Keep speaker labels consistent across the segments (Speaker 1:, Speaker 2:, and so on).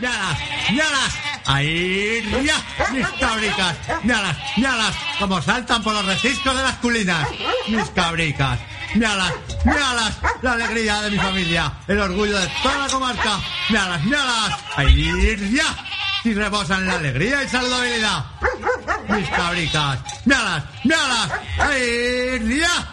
Speaker 1: ñalas, ñalas. Ahí, ya, mis cabricas. Ñalas, ñalas. Como saltan por los registros de las culinas. Mis cabricas. Ñalas, ñalas. La alegría de mi familia. El orgullo de toda la comarca. Ñalas, ñalas. Ahí, ya. Si rebosan la alegría y saludabilidad. Mis cabricas. Ñalas, ñalas. Ahí, ya.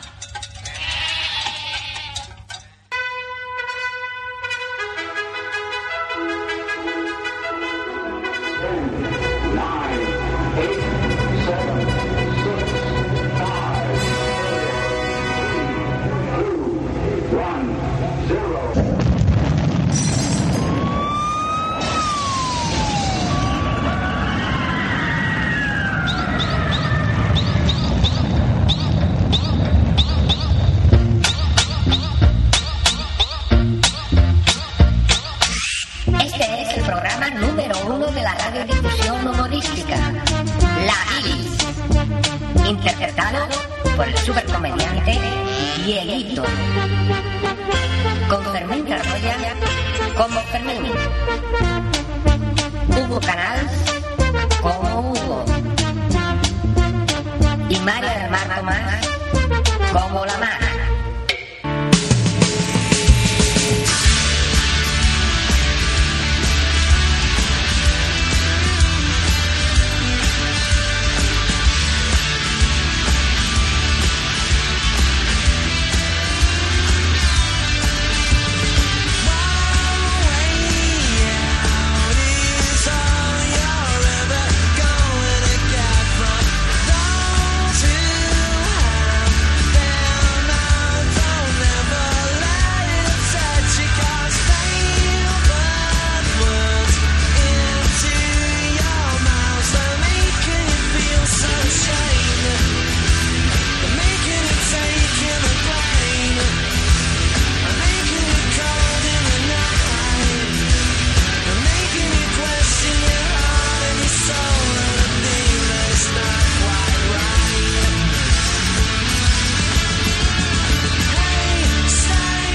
Speaker 2: Este es el programa número uno de la radiodifusión humorística, La Bilis, interpretado por el supercomediante Dieguito, con Fermín Carroya como Fermín, Hugo Canals como Hugo, y María del Mar Tomás como La Mara.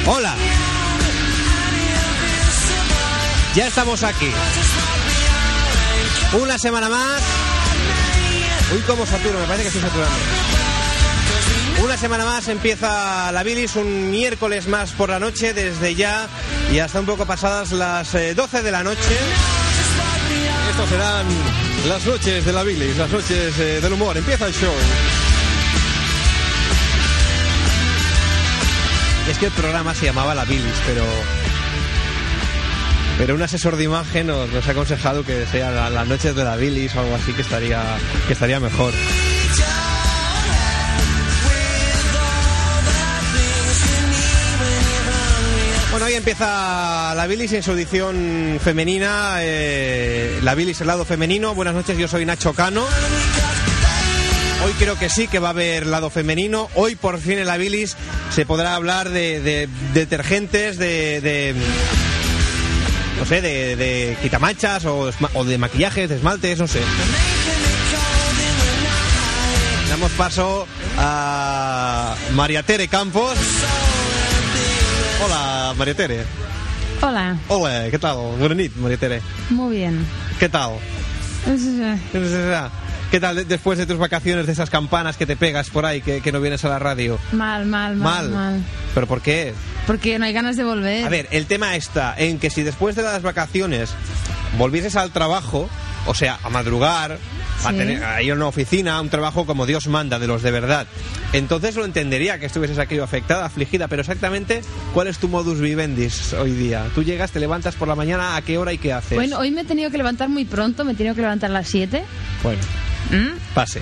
Speaker 3: Hola. Ya estamos aquí. Una semana más. Uy, como saturo, me parece que estoy saturando. Una semana más empieza la bilis, un miércoles más por la noche, desde ya y hasta un poco pasadas las eh, 12 de la noche. Estas serán las noches de la bilis, las noches eh, del humor. Empieza el show. Es que el programa se llamaba La Bilis, pero. Pero un asesor de imagen nos, nos ha aconsejado que sea la- las noches de la Bilis o algo así que estaría, que estaría mejor. Bueno, hoy empieza la bilis en su edición femenina, eh, la bilis el lado femenino. Buenas noches, yo soy Nacho Cano. Hoy creo que sí que va a haber lado femenino. Hoy por fin en la bilis se podrá hablar de, de detergentes, de, de- no sé, de, de quitamachas o, esma- o de maquillajes, de esmaltes, no sé. Damos paso a María Tere Campos. Hola, María Tere.
Speaker 4: Hola,
Speaker 3: Hola, ¿qué tal? Bona nit, María Tere.
Speaker 4: muy bien. eh,
Speaker 3: ¿Qué tal? ¿Qué tal de- después de tus vacaciones, de esas campanas que te pegas por ahí, que, que no vienes a la radio?
Speaker 4: Mal, mal, mal, Eh. mal.
Speaker 3: ¿Pero por qué?
Speaker 4: Porque no hay ganas de volver.
Speaker 3: A ver, el tema está en que si después de las vacaciones volvieses al trabajo, o sea, a madrugar, a,
Speaker 4: Sí.
Speaker 3: tener, a ir a una oficina, a un trabajo como Dios manda, de los de verdad, entonces lo entendería que estuvieses aquí afectada, afligida, pero exactamente, ¿cuál es tu modus vivendis hoy día? Tú llegas, te levantas por la mañana, ¿a qué hora y qué haces?
Speaker 4: Bueno, hoy me he tenido que levantar muy pronto, me he tenido que levantar a las 7
Speaker 3: Bueno, pase.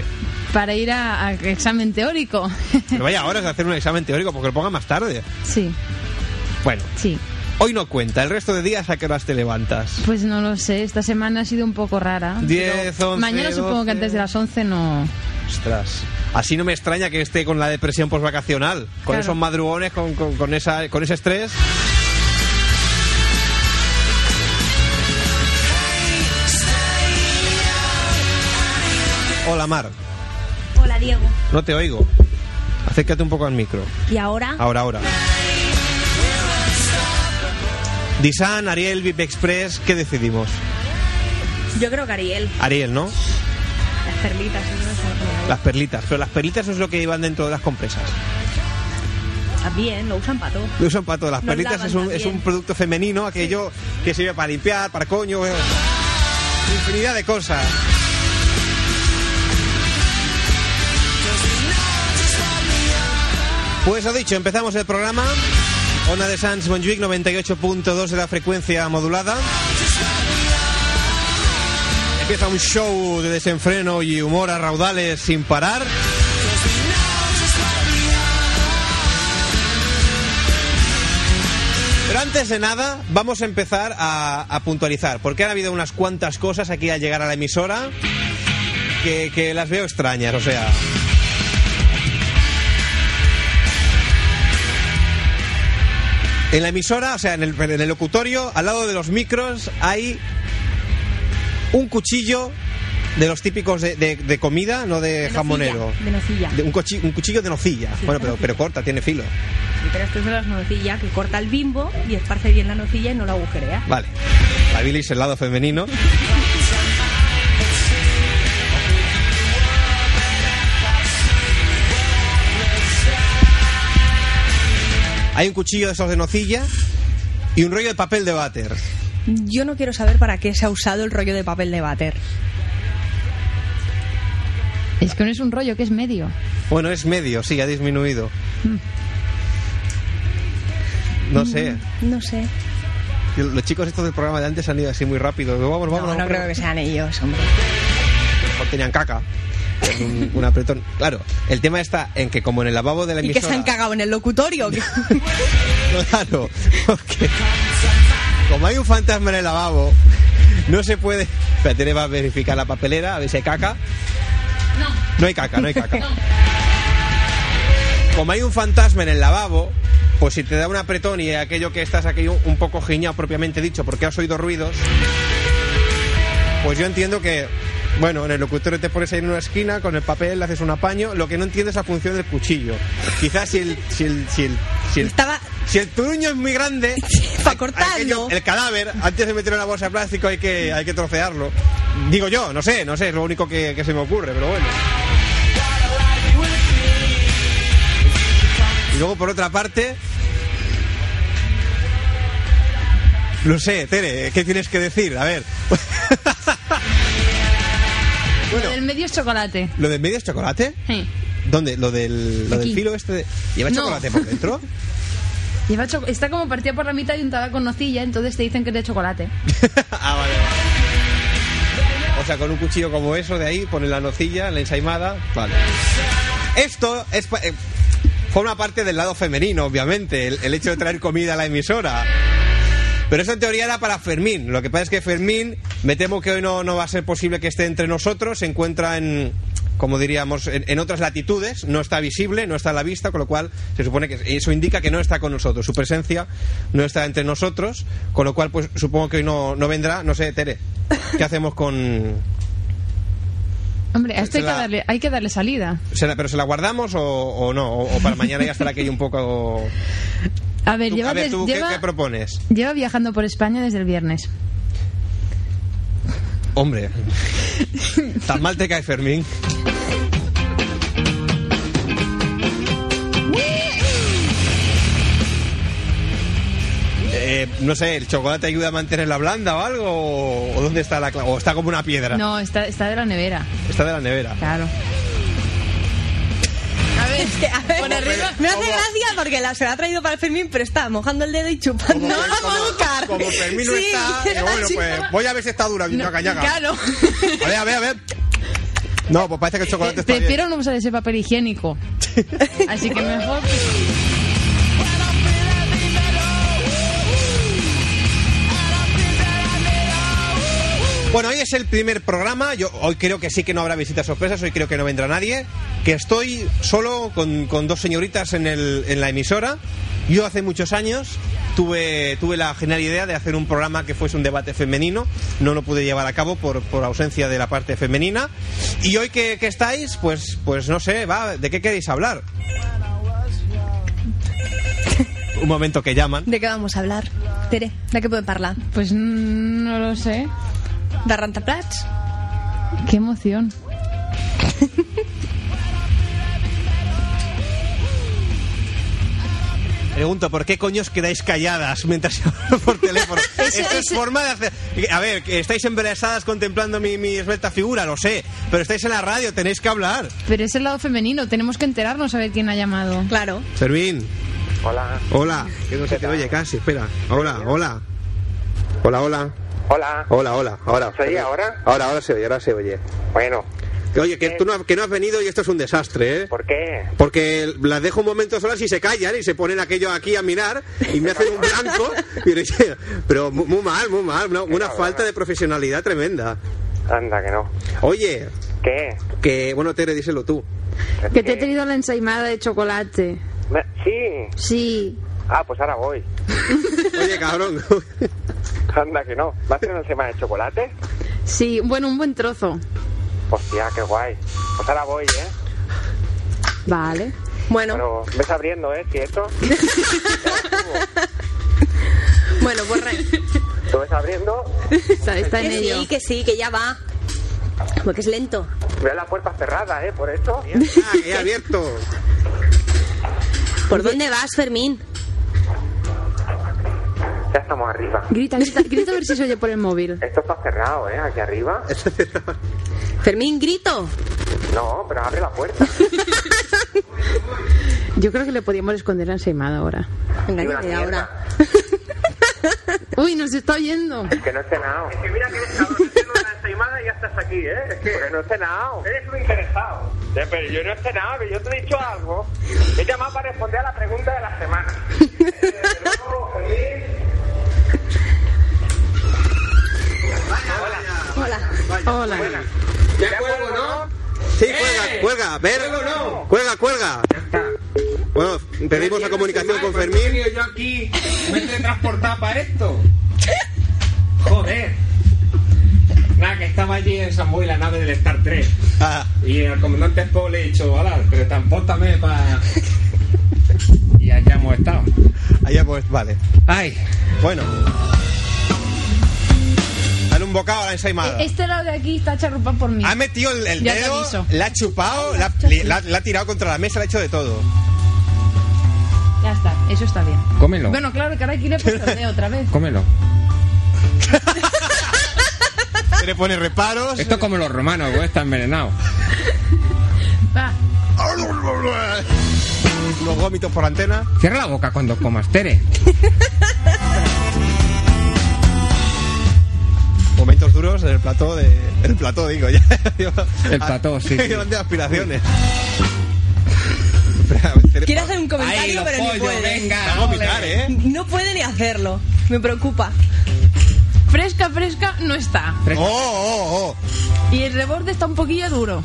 Speaker 4: para ir a, a examen teórico.
Speaker 3: Pero vaya horas de hacer un examen teórico, porque lo ponga más tarde.
Speaker 4: sí,
Speaker 3: Bueno,
Speaker 4: sí.
Speaker 3: hoy no cuenta, el resto de días a qué horas te levantas.
Speaker 4: Pues no lo sé, esta semana ha sido un poco rara.
Speaker 3: Diez,
Speaker 4: pero
Speaker 3: once,
Speaker 4: Mañana supongo
Speaker 3: doce.
Speaker 4: que antes de las 11 no.
Speaker 3: Ostras. Así no me extraña que esté con la depresión postvacacional, con
Speaker 4: Claro.
Speaker 3: esos madrugones, con, con- con esa, con ese estrés. Hola Mar,
Speaker 5: Hola Diego.
Speaker 3: no te oigo. Acércate un poco al micro.
Speaker 5: ¿Y ahora?
Speaker 3: Ahora, ahora. Disan, Ariel, VIP Express, ¿qué decidimos? Ah.
Speaker 5: Yo creo que Ariel,
Speaker 3: Ariel, ¿no?
Speaker 5: las perlitas, eso es otro.
Speaker 3: Las perlitas, pero las perlitas es lo que iban dentro de las compresas.
Speaker 5: Está bien, lo usan para todo.
Speaker 3: Lo usan para todo. Las
Speaker 5: Nos
Speaker 3: perlitas
Speaker 5: lavan
Speaker 3: es un,
Speaker 5: también.
Speaker 3: es un producto femenino, aquello que sirve para limpiar, para coño, eh, infinidad de cosas. Pues lo dicho, empezamos el programa. Ona de Sans Montjuic 98.2 de la frecuencia modulada. Empieza un show de desenfreno y humor a raudales sin parar. Pero antes de nada, vamos a empezar a, a puntualizar, porque han habido unas cuantas cosas aquí al llegar a la emisora que, que las veo extrañas, o sea. En la emisora, o sea, en el, en el locutorio, al lado de los micros, hay un cuchillo de los típicos de, de- de comida, no de,
Speaker 5: De
Speaker 3: jamonero.
Speaker 5: nocilla, de nocilla.
Speaker 3: De un, cochi- un cuchillo de nocilla.
Speaker 5: Sí, de
Speaker 3: bueno, pero,
Speaker 5: nocilla.
Speaker 3: pero corta, tiene filo.
Speaker 5: Sí, pero esto es de las nocillas, que corta el bimbo y esparce bien la nocilla y no la agujerea.
Speaker 3: Vale. La bilis, el lado femenino. Hay un cuchillo de esos de nocilla y un rollo de papel de váter.
Speaker 5: Yo no quiero saber para qué se ha usado el rollo de papel de váter.
Speaker 4: Es que no es un rollo, que es medio.
Speaker 3: Bueno, es medio, sí, ha disminuido. No sé.
Speaker 5: No sé.
Speaker 3: Los chicos estos del programa de antes han ido así muy rápido. Vamos, vamos,
Speaker 5: No, no
Speaker 3: vamos.
Speaker 5: creo que sean ellos, hombre.
Speaker 3: Mejor tenían caca. Un, un apretón. Claro, el tema está en que como en el lavabo de la
Speaker 5: Y que
Speaker 3: emisora...
Speaker 5: se han cagado en el locutorio. que-
Speaker 3: Claro, porque como hay un fantasma en el lavabo, no se puede. Espérate, va a verificar la papelera, a ver si hay caca. No. No hay caca, no hay caca. Como hay un fantasma en el lavabo, pues si te da un apretón y aquello que estás aquí un un poco giñado propiamente dicho, porque has oído ruidos, pues yo entiendo que. Bueno, en el locutorio te pones ahí en una esquina, con el papel le haces un apaño. Lo que no entiendo es la función del cuchillo. Quizás si el, si el, si el, si el
Speaker 5: Estaba
Speaker 3: si el turuño es muy grande,
Speaker 5: para cortarlo.
Speaker 3: aquello- el cadáver, antes de meterlo en la bolsa de plástico hay que, hay que trocearlo. Digo yo, no sé, no sé, es lo único que, que se me ocurre, pero bueno. Y luego, por otra parte... No sé, Tere, ¿qué tienes que decir? A ver. bueno,
Speaker 4: Lo del medio es chocolate.
Speaker 3: ¿lo del medio es chocolate?
Speaker 4: Sí.
Speaker 3: ¿Dónde? ¿Lo del, lo del
Speaker 4: Aquí.
Speaker 3: filo este? de- ¿Lleva
Speaker 4: No.
Speaker 3: chocolate por dentro?
Speaker 4: Lleva cho- está como partida por la mitad y untada con nocilla, entonces te dicen que es de chocolate.
Speaker 3: ah, vale. O sea, con un cuchillo como eso de ahí, ponen la nocilla, la ensaimada. Vale. Esto es pa- eh, forma parte del lado femenino, obviamente, el, el hecho de traer comida a la emisora. Pero eso en teoría era para Fermín. Lo que pasa es que Fermín, me temo que hoy no, no va a ser posible que esté entre nosotros. Se encuentra en, como diríamos, en, en otras latitudes. No está visible, no está a la vista, con lo cual se supone que eso indica que no está con nosotros. Su presencia no está entre nosotros, con lo cual pues supongo que hoy no, no vendrá. No sé, Tere, ¿qué hacemos con...
Speaker 4: Hombre, a esto hay que
Speaker 3: Será-
Speaker 4: darle, hay que darle salida.
Speaker 3: ¿se la- ¿Pero se la guardamos o, o no? O, o para mañana ya estará aquello un poco...
Speaker 4: A ver,
Speaker 3: Tú,
Speaker 4: lleva,
Speaker 3: a ver,
Speaker 4: des-
Speaker 3: ¿tú qué-
Speaker 4: lleva-
Speaker 3: qué propones?
Speaker 4: lleva viajando por España desde el viernes.
Speaker 3: Hombre, tan mal te cae Fermín. Eh, no sé, ¿el chocolate ayuda a mantenerla blanda o algo? ¿O- ¿O dónde está la cla- ¿O está como una piedra?
Speaker 4: No, está, está de la nevera,
Speaker 3: Está de la nevera.
Speaker 4: claro.
Speaker 5: A ver, es que, a ver,
Speaker 3: Hombre,
Speaker 5: me hace
Speaker 3: ¿cómo?
Speaker 5: gracia porque la, se la ha traído para el Fermín, pero está mojando el dedo y chupando.
Speaker 3: Como,
Speaker 5: ¡No la
Speaker 3: como-
Speaker 5: boca!
Speaker 3: como Fermín no
Speaker 5: Sí,
Speaker 3: está, digo, bueno, pues
Speaker 5: chupaba-
Speaker 3: voy a ver si está dura, ñaca, ñaca.
Speaker 5: Claro.
Speaker 3: A ver, a ver, a ver. No, pues parece que el chocolate
Speaker 4: Eh,
Speaker 3: está bien.
Speaker 4: Prefiero no usar ese papel higiénico. Así que mejor.
Speaker 3: Bueno, hoy es el primer programa. Yo hoy creo que sí que no habrá visitas sorpresas. Hoy creo que no vendrá nadie. Que estoy solo con, con dos señoritas en, el- en la emisora. Yo hace muchos años tuve, tuve la genial idea de hacer un programa que fuese un debate femenino. No lo pude llevar a cabo por, por ausencia de la parte femenina. Y hoy que, que estáis, pues, pues no sé, va, ¿de qué queréis hablar? un momento que llaman.
Speaker 6: De què vamos a hablar? Tere, de què podem parlar?
Speaker 4: Pues mm, no lo sé.
Speaker 6: De rentaplats?
Speaker 4: Qué emoción.
Speaker 3: Pregunto, ¿por qué coño os quedáis calladas mientras yo hablo por teléfono? Esto es forma de hacer... A ver, que estáis embarazadas contemplando mi, mi esbelta figura, lo sé, pero estáis en la radio, tenéis que hablar.
Speaker 4: Pero es el lado femenino, tenemos que enterarnos a ver quién ha llamado.
Speaker 6: Claro.
Speaker 3: Servín,
Speaker 7: Hola,
Speaker 3: hola, que no se te oye casi, espera. Hola, hola. Hola, hola.
Speaker 7: hola.
Speaker 3: Hola, hola, ahora.
Speaker 7: ¿Se oye ahora? Eh.
Speaker 3: Ahora, ahora se oye, ahora se oye.
Speaker 7: Bueno,
Speaker 3: Que, Oye, que tú no, has- que no has venido y esto es un desastre, ¿eh?
Speaker 7: ¿por qué?
Speaker 3: Porque las dejo un momento solas y se callan y se ponen aquello aquí a mirar y me hacen un blanco. Y le dice, pero mu- muy mal, muy mal, ¿no? una falta de profesionalidad tremenda.
Speaker 7: Anda, que no.
Speaker 3: Oye,
Speaker 7: ¿Qué?
Speaker 3: que bueno, Tere, díselo tú.
Speaker 8: Que te he
Speaker 7: ¿Qué?
Speaker 8: traído la ensaimada de chocolate.
Speaker 7: Me- Sí.
Speaker 8: Sí.
Speaker 7: Ah, pues ahora voy.
Speaker 3: Oye, cabrón.
Speaker 7: Anda, que no. ¿Vas a hacer una semana de chocolate?
Speaker 8: Sí, bueno, un buen trozo.
Speaker 7: Hostia, qué guay. Pues ahora voy, ¿eh?
Speaker 8: Vale.
Speaker 6: Bueno,
Speaker 7: Pero ves abriendo, ¿eh? Si esto,
Speaker 6: bueno, pues borra.
Speaker 7: tú ves abriendo,
Speaker 8: Está, está en
Speaker 6: Que
Speaker 8: ello.
Speaker 6: sí, que sí, que ya va. Porque es lento.
Speaker 7: veo la puerta cerrada, ¿eh? Por eso.
Speaker 3: Ah, que he abierto.
Speaker 6: ¿Por dónde vas, Fermín?
Speaker 7: Ya estamos arriba.
Speaker 8: Grita, grita, grita a ver si se oye por el móvil.
Speaker 7: Esto está cerrado, ¿eh? Aquí arriba.
Speaker 6: Fermín, grito.
Speaker 7: No, pero abre la puerta.
Speaker 8: Yo creo que le podíamos esconder la ensaimada ahora.
Speaker 6: Venga,
Speaker 7: Y una
Speaker 6: dime ahora.
Speaker 8: Uy, nos está oyendo.
Speaker 7: Que no he cenado. Es que mira que eres una ensaimada y ya estás aquí, ¿eh? Es que Porque no he cenado. Eres un interesado. pero yo no he cenado, que yo te he dicho algo. He llamado para responder a la pregunta de la semana. Eh, luego, feliz.
Speaker 6: Hola.
Speaker 8: Hola.
Speaker 7: Ya cuelgo, ¿no?
Speaker 3: Sí, cuelga, cuelga, a ver. Cuelga, cuelga. Bueno, perdimos la comunicación con Fermín.
Speaker 9: Yo aquí me he transportado para esto. Joder. Nada, que estaba allí en San Boy la nave del Star 3.
Speaker 3: Ah,
Speaker 9: Y al comandante Spock le he dicho, hola, pero transpórtame para... Y allá hemos estado.
Speaker 3: allá pues, vale.
Speaker 9: Ay,
Speaker 3: Bueno. Dale un bocado a la ensaimada.
Speaker 4: Este lado de aquí está charrupado por mí.
Speaker 3: Ha metido el, el
Speaker 4: Ya te
Speaker 3: dedo,
Speaker 4: aviso.
Speaker 3: la ha chupado, la, le- la- la ha tirado contra la mesa, le ha hecho de todo.
Speaker 4: Ya está, eso está bien.
Speaker 9: cómelo.
Speaker 4: Bueno, claro, que ahora aquí le pastoreo otra vez.
Speaker 9: Cómelo.
Speaker 3: Se le pone reparos.
Speaker 9: Esto es como los romanos, güey, está envenenado.
Speaker 4: Va.
Speaker 3: Los gómitos por la antena.
Speaker 9: Cierra la boca cuando comas, Tere.
Speaker 3: Momentos duros en el plató de. El plató, digo ya.
Speaker 9: El plató, sí, sí.
Speaker 3: Grandes aspiraciones. Espera, a ver, Tere-
Speaker 6: Quiero hacer un comentario, pero no puede.
Speaker 3: Va a vomitar, ¿eh?
Speaker 6: No puede ni hacerlo. Me preocupa.
Speaker 4: Fresca, fresca, no está.
Speaker 3: Oh, oh, oh.
Speaker 4: Y el reborde está un poquillo duro.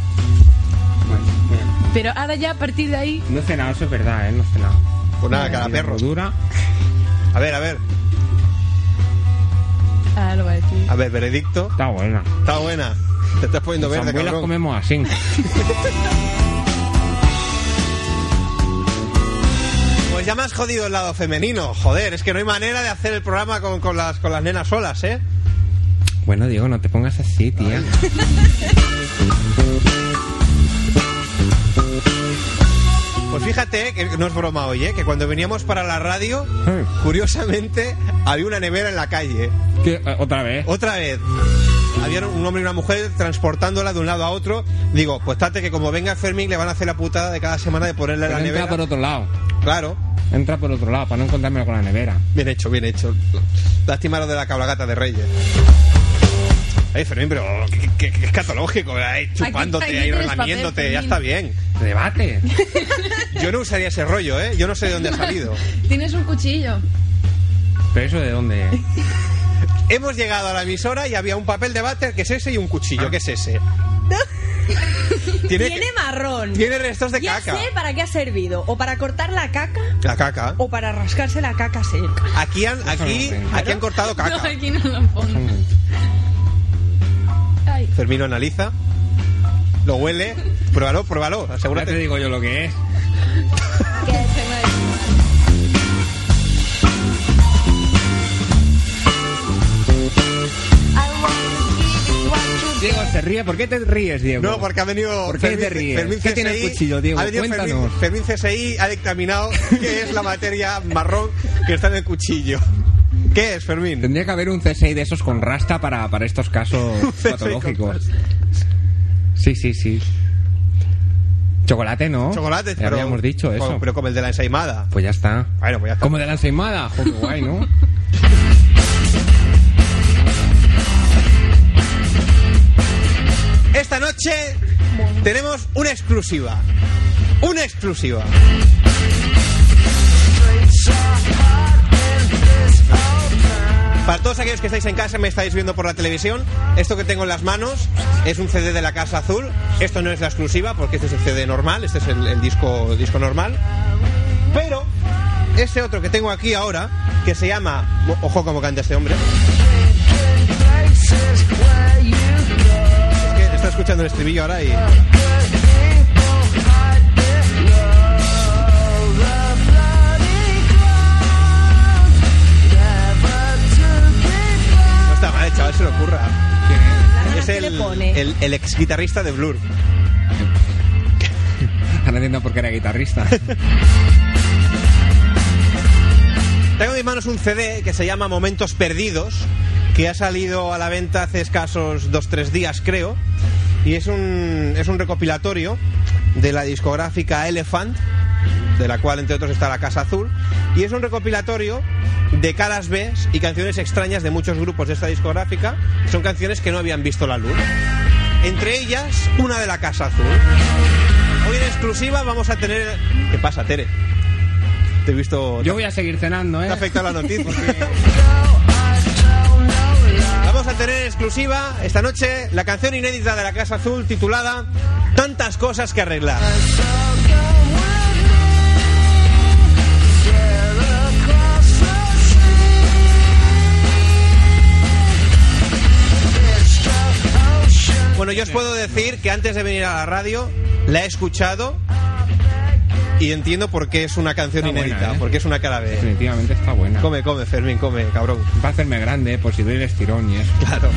Speaker 4: Pero ahora ya a partir de ahí.
Speaker 9: No he cenado, eso es verdad, ¿eh? No he cenado.
Speaker 3: Pues nada, cara perro.
Speaker 9: Dura.
Speaker 3: A ver, a ver.
Speaker 4: Ah, lo voy a decir.
Speaker 3: A ver, veredicto.
Speaker 9: Está buena.
Speaker 3: Está buena. Te estás poniendo
Speaker 9: Pues Las
Speaker 3: verde,
Speaker 9: abuelas
Speaker 3: cabrón.
Speaker 9: comemos así.
Speaker 3: Pues ya me has jodido el lado femenino. Joder, es que no hay manera de hacer el programa con, con las, con las nenas solas, ¿eh?
Speaker 9: Bueno, Diego, no te pongas así, tía.
Speaker 3: Pues fíjate, que no es broma hoy, ¿eh? que cuando veníamos para la radio,
Speaker 9: Eh.
Speaker 3: curiosamente, había una nevera en la calle.
Speaker 9: ¿Qué? Eh, Otra vez.
Speaker 3: Otra vez, había un hombre y una mujer transportándola de un lado a otro. Digo, pues tate que como venga Fermín le van a hacer la putada de cada semana de ponerle
Speaker 9: Pero
Speaker 3: la
Speaker 9: entra
Speaker 3: nevera.
Speaker 9: por otro lado.
Speaker 3: Claro,
Speaker 9: Entra por otro lado, para no encontrarme con la nevera.
Speaker 3: bien hecho, bien hecho. Lástima lo de la cablagata de Reyes. Ay, Fermín, pero que, que- que es catológico, ahí chupándote,
Speaker 4: aquí
Speaker 3: ahí
Speaker 4: tienes
Speaker 3: relamiéndote,
Speaker 4: papel,
Speaker 3: ya
Speaker 4: Fermín.
Speaker 3: está bien.
Speaker 9: ¡Debate!
Speaker 3: Yo no usaría ese rollo, ¿eh? Yo no sé de dónde ha salido.
Speaker 4: Tienes un cuchillo.
Speaker 9: ¿Pero eso de dónde es?
Speaker 3: Hemos llegado a la emisora y había un papel de váter que es ese y un
Speaker 9: Ah.
Speaker 3: cuchillo que es ese. tiene,
Speaker 6: Tiene marrón.
Speaker 3: tiene restos de
Speaker 6: ya
Speaker 3: caca.
Speaker 6: sé para qué ha servido. O para cortar la caca
Speaker 3: La caca.
Speaker 6: o para rascarse la caca seca.
Speaker 3: Aquí han, aquí,
Speaker 9: Claro.
Speaker 3: aquí han cortado
Speaker 4: No,
Speaker 3: caca.
Speaker 4: aquí no lo pongo. Ay.
Speaker 3: Fermín lo analiza, lo huele, pruébalo, pruébalo,
Speaker 9: Ya te
Speaker 3: asegúrate.
Speaker 9: digo yo lo que es.
Speaker 10: se ríe. ¿Por qué te ríes, Diego?
Speaker 3: No, porque ha venido.
Speaker 10: ¿Por qué
Speaker 3: Fermín-
Speaker 10: te ríes?
Speaker 3: Fermín
Speaker 10: ¿Qué tiene el
Speaker 3: CSI,
Speaker 10: cuchillo, Diego?
Speaker 3: Ha venido Fermín,
Speaker 10: Cuéntanos.
Speaker 3: Fermín CSI ha dictaminado qué es la materia marrón que está en el cuchillo. ¿Qué es, Fermín?
Speaker 10: Tendría que haber un CSI de esos con rasta para, para estos casos
Speaker 3: CSI con
Speaker 10: patológicos. Sí, sí, sí. Chocolate, ¿no?
Speaker 3: Chocolates,
Speaker 10: Ya
Speaker 3: pero.
Speaker 10: habíamos dicho eso.
Speaker 3: como- pero como el de la ensaimada.
Speaker 10: Pues ya está.
Speaker 3: Bueno, pues ya está.
Speaker 10: Como de la ensaimada. Jo, qué guay, ¿no?
Speaker 3: Esta noche tenemos una exclusiva. Una exclusiva. Para todos aquellos que estáis en casa y me estáis viendo por la televisión, esto que tengo en las manos es un CD de la Casa Azul. Esto no es la exclusiva porque este es el CD normal, este es el, el disco, disco normal. Pero este otro que tengo aquí ahora, que se llama... Ojo como canta este hombre. Es que está escuchando el estribillo ahora y... No está mal, chaval, se lo ocurra. Es
Speaker 6: ¿Qué le
Speaker 3: el,
Speaker 6: pone?
Speaker 3: el, ex guitarrista de Blur.
Speaker 10: Ahora entiendo por qué era guitarrista.
Speaker 3: Tengo en mis manos un CD que se llama Momentos Perdidos, que ha salido a la venta hace escasos dos tres días, creo. Y es un, es un recopilatorio de la discográfica Elephant, de la cual, entre otros, está La Casa Azul. Y es un recopilatorio de caras B y canciones extrañas de muchos grupos de esta discográfica. Son canciones que no habían visto la luz. Entre ellas, una de La Casa Azul. Hoy en exclusiva vamos a tener... ¿Qué pasa, Tere? Te he visto...
Speaker 10: Yo voy a seguir cenando, ¿eh?
Speaker 3: Te afecta la noticia. Vamos a tener en exclusiva esta noche la canción inédita de la Casa Azul titulada Tantas cosas que arreglar. Bueno, yo os puedo decir que antes de venir a la radio la he escuchado y entiendo por qué es una canción
Speaker 10: Está buena,
Speaker 3: inédita,
Speaker 10: ¿eh?
Speaker 3: porque es una cara B.
Speaker 10: Definitivamente está buena.
Speaker 3: Come, come, Fermín, come, cabrón.
Speaker 10: Va a hacerme grande, eh, por si doy el estirón y eso.
Speaker 3: Claro.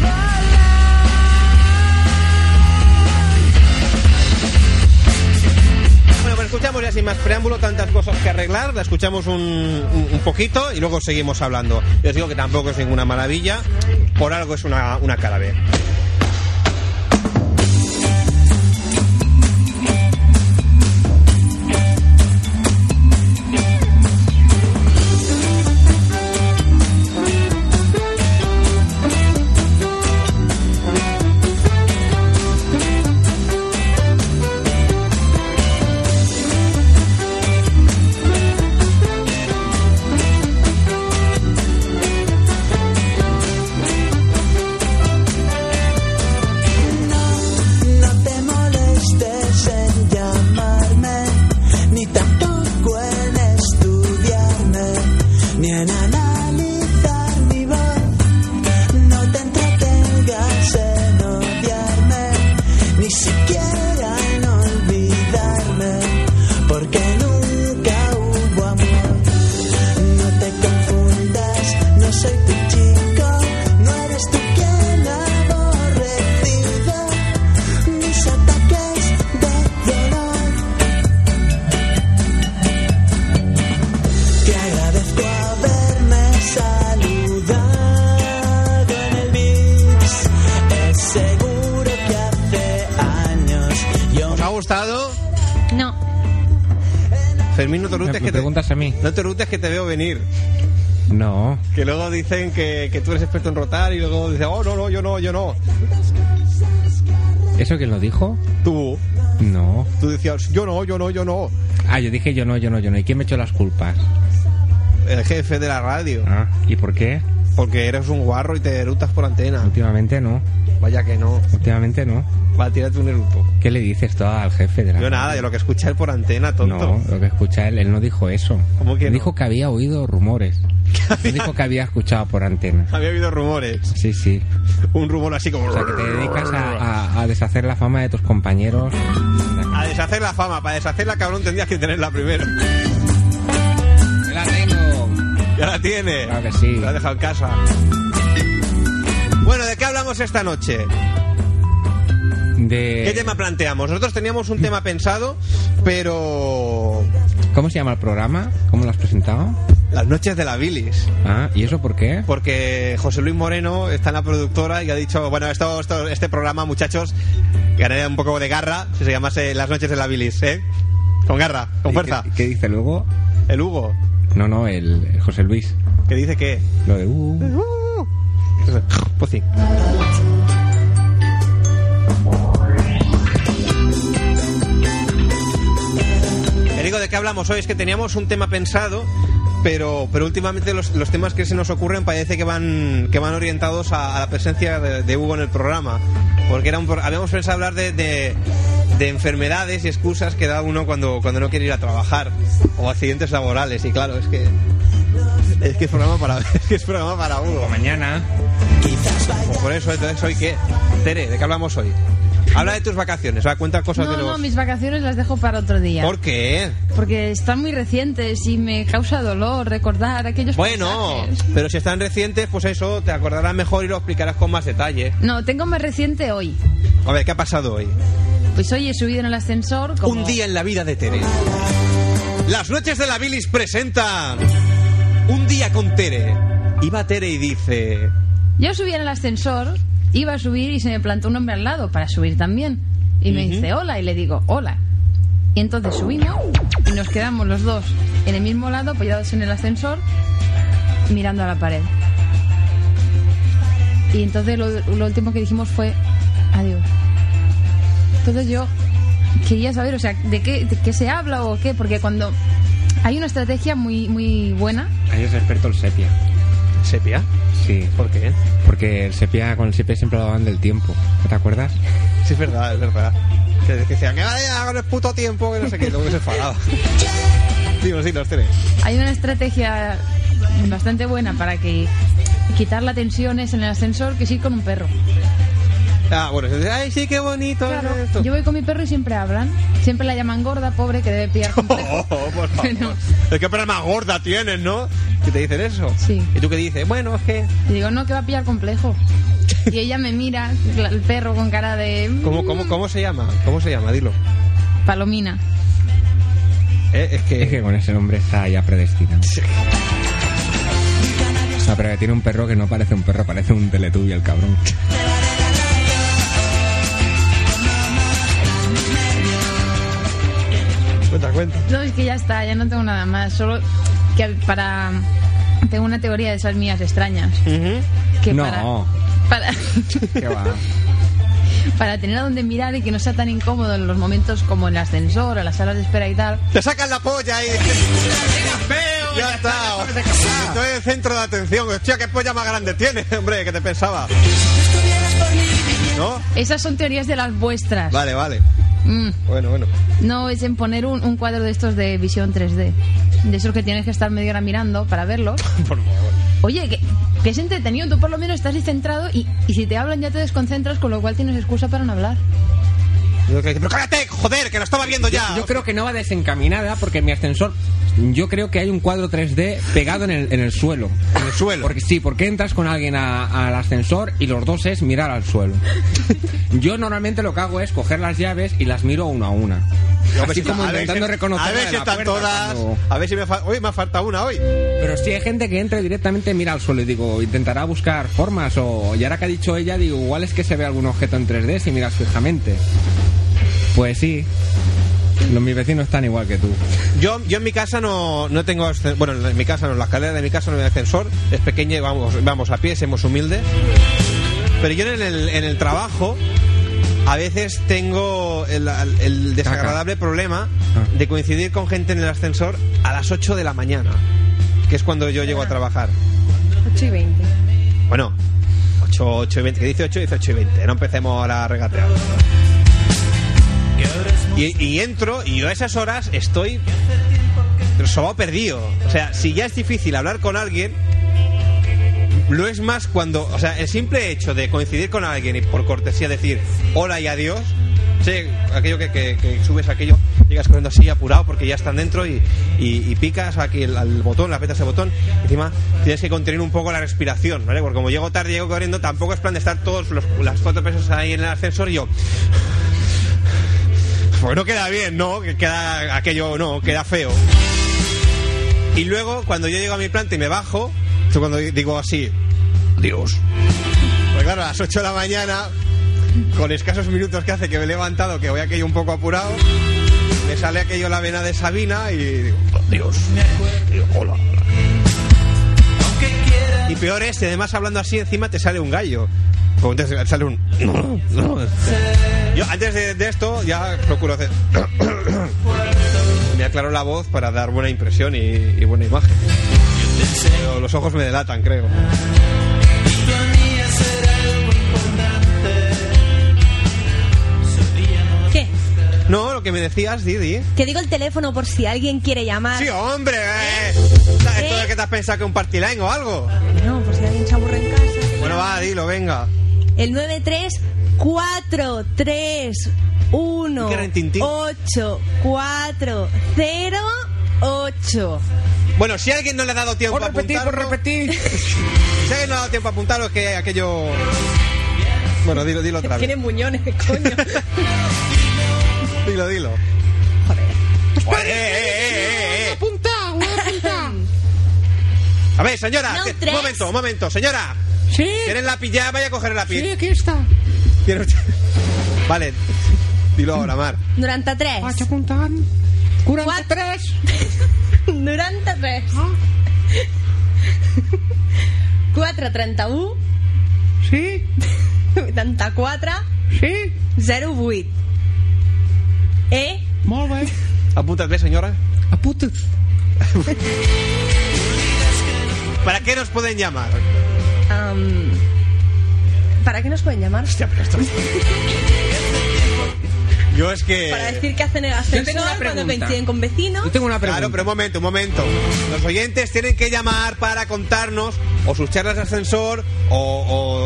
Speaker 3: Bueno, pues escuchamos ya sin más preámbulo tantas cosas que arreglar, la escuchamos un, un- un poquito y luego seguimos hablando. Yo os digo que tampoco es ninguna maravilla, por algo es una, una cara B.
Speaker 11: No te molestes en llamarme, ni tampoco en estudiarme, ni en analizar mi voz. No te entretengas en odiarme, ni siquiera en olvidarme, porque nunca hubo amor. No te confundas, no soy tu chico, no eres tú quien aborrecido mis ataques de dolor. Te agradezco haberme saludado en el bis. Es seguro que hace años yo
Speaker 3: ¿Os ha gustado?
Speaker 5: No.
Speaker 3: Fermín, no te
Speaker 10: ¿Me,
Speaker 3: rutes
Speaker 10: me
Speaker 3: que te,
Speaker 10: preguntas a mí?
Speaker 3: no te rutes que te veo venir.
Speaker 10: No.
Speaker 3: Que luego dicen que, que tú eres experto en rotar y luego dicen, oh, no, no, yo no, yo no.
Speaker 10: ¿Eso quién lo dijo?
Speaker 3: Tú,
Speaker 10: No.
Speaker 3: tú decías, yo no, yo no, yo no.
Speaker 10: Ah, yo dije yo no, yo no, yo no. ¿Y quién me echó las culpas?
Speaker 3: El jefe de la radio.
Speaker 10: Ah, ¿y por qué?
Speaker 3: Porque eres un guarro y te erutas por antena.
Speaker 10: Últimamente no.
Speaker 3: Vaya que no.
Speaker 10: Últimamente no.
Speaker 3: Va, tírate un eruto.
Speaker 10: ¿Qué le dices tú al jefe de la
Speaker 3: Yo nada, yo lo que escuché es por antena, tonto.
Speaker 10: No, lo que escucha él, él no dijo eso.
Speaker 3: ¿Cómo que no?
Speaker 10: Dijo que había oído rumores. No dijo que había escuchado por antena.
Speaker 3: Había habido rumores.
Speaker 10: Sí, sí.
Speaker 3: Un rumor así como.
Speaker 10: O sea, que te dedicas a, a- a deshacer la fama de tus compañeros.
Speaker 3: A deshacer la fama. Para deshacerla, cabrón, tendrías que tenerla primero.
Speaker 10: ¡La tengo!
Speaker 3: Ya la tiene.
Speaker 10: Claro Ah, que sí.
Speaker 3: La ha dejado en casa. Bueno, ¿de qué hablamos esta noche?
Speaker 10: de...
Speaker 3: ¿Qué tema planteamos? Nosotros teníamos un tema pensado, pero...
Speaker 10: ¿Cómo se llama el programa? ¿Cómo lo has presentado?
Speaker 3: Las noches de la bilis.
Speaker 10: Ah, ¿y eso por qué?
Speaker 3: Pues, Porque José Luis Moreno está en la productora y ha dicho, bueno, esto, esto- este programa, muchachos, ganaría un poco de garra si se llamase Las noches de la bilis, ¿eh? Con garra, con
Speaker 10: ¿Y
Speaker 3: fuerza.
Speaker 10: ¿Qué, qué dice luego?
Speaker 3: El Hugo,
Speaker 10: No, no, el, el José Luis.
Speaker 3: que dice que...
Speaker 10: Lo de... uh,
Speaker 3: Uh-huh. Pues sí. Erico, ¿de qué hablamos hoy? Es que teníamos un tema pensado, pero, pero últimamente los, los temas que se nos ocurren parece que van, que van orientados a, a la presencia de, de Hugo en el programa. Porque era un, pro- habíamos pensado hablar de, de- de enfermedades y excusas que da uno cuando, cuando no quiere ir a trabajar, o accidentes laborales, y claro, es que. Es que es programa para, es que es programa para Hugo.
Speaker 10: Mañana.
Speaker 3: Pues por eso, entonces, ¿hoy qué? Tere, ¿de qué hablamos hoy? Habla de tus vacaciones, va, cuenta cosas de
Speaker 4: No,
Speaker 3: los...
Speaker 4: no, mis vacaciones las dejo para otro día.
Speaker 3: ¿Por qué?
Speaker 4: Porque están muy recientes y me causa dolor recordar aquellos
Speaker 3: Bueno,
Speaker 4: paisajes.
Speaker 3: pero si están recientes, pues eso, te acordarás mejor y lo explicarás con más detalle.
Speaker 4: No, tengo más reciente hoy.
Speaker 3: A ver, ¿qué ha pasado hoy?
Speaker 4: Pues hoy he subido en el ascensor como...
Speaker 3: Un día en la vida de Tere. Las noches de la bilis presentan... Un día con Tere. Y va Tere y dice...
Speaker 4: Yo subí en el ascensor, iba a subir y se me plantó un hombre al lado para subir también. Y me dice hola y le digo hola. Y entonces subimos y nos quedamos los dos en el mismo lado, apoyados en el ascensor, mirando a la pared. Y entonces lo, lo último que dijimos fue adiós. Entonces yo quería saber, o sea, ¿de qué, de qué se habla o qué? Porque cuando hay una estrategia muy, muy buena,
Speaker 10: Ahí es experto el sepia.
Speaker 3: ¿Sepia?
Speaker 10: Sí.
Speaker 3: ¿Por qué?
Speaker 10: Porque el sepia, con el sepia siempre hablaban del tiempo. ¿No te acuerdas?
Speaker 3: Sí, es verdad, es verdad. Que, que decían, que vaya con el puto tiempo, que no sé qué, luego se enfadaba. Digo, sí, los Tere.
Speaker 4: Hay una estrategia bastante buena para que quitar la tensión es en el ascensor que sí con un perro.
Speaker 3: Ah, bueno, se dice, ay, sí, qué bonito.
Speaker 4: Claro,
Speaker 3: esto".
Speaker 4: yo voy con mi perro y siempre hablan. Siempre la llaman gorda, pobre, que debe pillar complejo.
Speaker 3: Oh, por favor.
Speaker 4: Bueno.
Speaker 3: Es que perra más gorda tienes, ¿no? Que te dicen eso.
Speaker 4: Sí.
Speaker 3: ¿Y tú qué dices? Bueno, es que.
Speaker 4: Y digo, no, que va a pillar complejo. Y ella me mira, la- el perro con cara de... mm,
Speaker 3: ¿Cómo, cómo, cómo se llama? ¿Cómo se llama? Dilo.
Speaker 4: Palomina.
Speaker 3: Eh, es que.
Speaker 10: Es que con ese nombre está ya predestinado. No, pero que tiene un perro que no parece un perro, parece un teletubby el cabrón.
Speaker 3: Cuenta, cuenta.
Speaker 4: No, es que ya está, ya no tengo nada más. Solo que para... Tengo una teoría de esas mías extrañas. Que
Speaker 10: No.
Speaker 4: para... para-
Speaker 10: ¿Qué va?
Speaker 4: para tener a dónde mirar y que no sea tan incómodo en los momentos como en el ascensor, en las salas de espera y tal.
Speaker 3: Te sacan la polla ahí.
Speaker 9: ¡Feo!
Speaker 3: ya está. Estoy en el centro de atención. Hostia, qué polla más grande tienes, hombre, que te pensaba. ¿No?
Speaker 4: Esas son teorías de las vuestras.
Speaker 3: Vale, vale.
Speaker 4: Mm,
Speaker 3: Bueno, bueno.
Speaker 4: no es en poner un, un cuadro de estos de visión 3D. De esos que tienes que estar media hora mirando para verlo.
Speaker 3: Por favor.
Speaker 4: Oye, que, que es entretenido. Tú por lo menos estás ahí centrado y, y si te hablan ya te desconcentras, con lo cual tienes excusa para no hablar.
Speaker 3: Yo que- Pero cállate, joder, que lo estaba viendo ya.
Speaker 10: Yo creo que no va desencaminada porque en mi ascensor yo creo que hay un cuadro 3D pegado en el, en el suelo.
Speaker 3: En el suelo.
Speaker 10: Porque sí, porque entras con alguien a- al ascensor y los dos es mirar al suelo. Yo normalmente lo que hago es coger las llaves y las miro una a una.
Speaker 3: Yo, a ver
Speaker 10: Así
Speaker 3: si-
Speaker 10: como
Speaker 3: a ver si-
Speaker 10: intentando reconocer.
Speaker 3: A
Speaker 10: la
Speaker 3: ver
Speaker 10: de
Speaker 3: si
Speaker 10: la
Speaker 3: están
Speaker 10: puerta
Speaker 3: todas.
Speaker 10: cuando-
Speaker 3: A ver si me falta. Hoy me falta una hoy.
Speaker 10: Pero sí hay gente que entra y directamente mira al suelo y digo, intentará buscar formas o... Y ahora que ha dicho ella, digo, igual es que se ve algún objeto en 3D si miras fijamente. Pues sí. Los, mis vecinos están igual que tú.
Speaker 3: Yo, yo en mi casa no, no tengo ascen- bueno en mi casa no en la escalera de mi casa no hay ascensor es pequeña y vamos vamos a pie somos humildes pero yo en el, en el trabajo a veces tengo el, el desagradable problema
Speaker 10: Ah.
Speaker 3: de coincidir con gente en el ascensor a las 8 de la mañana que es cuando yo
Speaker 10: Ah.
Speaker 3: llego a trabajar
Speaker 6: 8 y 20.
Speaker 3: bueno 8, 8 y 20 que dice 8 dice 8 y 20 no empecemos ahora a regatear y, y entro y yo a esas horas estoy sobao perdido. O sea, si ya es difícil hablar con alguien, lo es más cuando, o sea, el simple hecho de coincidir con alguien y por cortesía decir hola y adiós, sí, aquello que, que- que subes aquello, llegas corriendo así apurado porque ya están dentro y, y- y picas aquí el, al botón, le apretas el botón. Encima tienes que contener un poco la respiración, ¿vale? Porque como llego tarde, llego corriendo, tampoco es plan de estar todos los, las cuatro personas ahí en el ascensor y yo... Pues no queda bien, ¿no? Que queda aquello, no, queda feo. Y luego, cuando yo llego a mi planta y me bajo, yo cuando digo así, Dios. Pues claro, a las 8 de la mañana, con escasos minutos que hace que me he levantado, que voy aquello un poco apurado, me sale aquello la vena de Sabina y digo, Dios. Digo, hola, hola. Y peor es, que además hablando así, encima te sale un gallo. Como entonces sale un... No, no, no. Yo antes de, de esto ya procuro hacer... Me aclaro la voz para dar buena impresión y, y buena imagen. Pero los ojos me delatan, creo.
Speaker 6: ¿Qué?
Speaker 3: No, lo que me decías, Didi.
Speaker 6: Que digo el teléfono por si alguien quiere llamar.
Speaker 3: Sí, hombre. eh. ¿Esto de que te has pensado que un party line o algo?
Speaker 6: No, por si alguien se aburre en casa.
Speaker 3: Bueno, va, dilo, venga.
Speaker 6: El 93431
Speaker 3: Qué rentintín.
Speaker 6: 8408.
Speaker 3: Bueno, si alguien no le ha dado tiempo a apuntarlo... repetir, Si alguien no le ha dado tiempo a apuntarlo es que aquello... Bueno, dilo, dilo otra vez.
Speaker 6: Tiene muñones, coño.
Speaker 3: Dilo, dilo. Joder, eh, eh, eh, eh, eh.
Speaker 8: Apunta, una apunta.
Speaker 3: A ver, señora,
Speaker 6: No,
Speaker 3: que-
Speaker 6: tres.
Speaker 3: un momento, un momento, señora.
Speaker 8: Sí.
Speaker 3: ¿Quieren la pijama? Vaya a coger la
Speaker 8: Sí,
Speaker 3: pijama.
Speaker 8: aquí está.
Speaker 3: Vale, dilo ahora, Mar.
Speaker 6: 93.
Speaker 3: Ah,
Speaker 8: Vaig apuntant.
Speaker 6: 43. 93.
Speaker 3: Ah.
Speaker 6: 431
Speaker 8: Sí,
Speaker 6: 84
Speaker 8: sí.
Speaker 6: 08. Eh?
Speaker 8: Molt bé.
Speaker 3: Apuntas bien, señora.
Speaker 8: Apuntes.
Speaker 3: ¿Para qué nos pueden llamar?
Speaker 6: Am, ¿Para qué nos pueden llamar?
Speaker 3: Eh, Yo es que...
Speaker 6: Para decir qué hacen en el ascensor
Speaker 10: tengo una
Speaker 6: cuando
Speaker 10: pregunta.
Speaker 6: coinciden con vecinos.
Speaker 10: Yo tengo una pregunta.
Speaker 3: Claro, pero un momento, un momento. Los oyentes tienen que llamar para contarnos o sus charlas de ascensor o,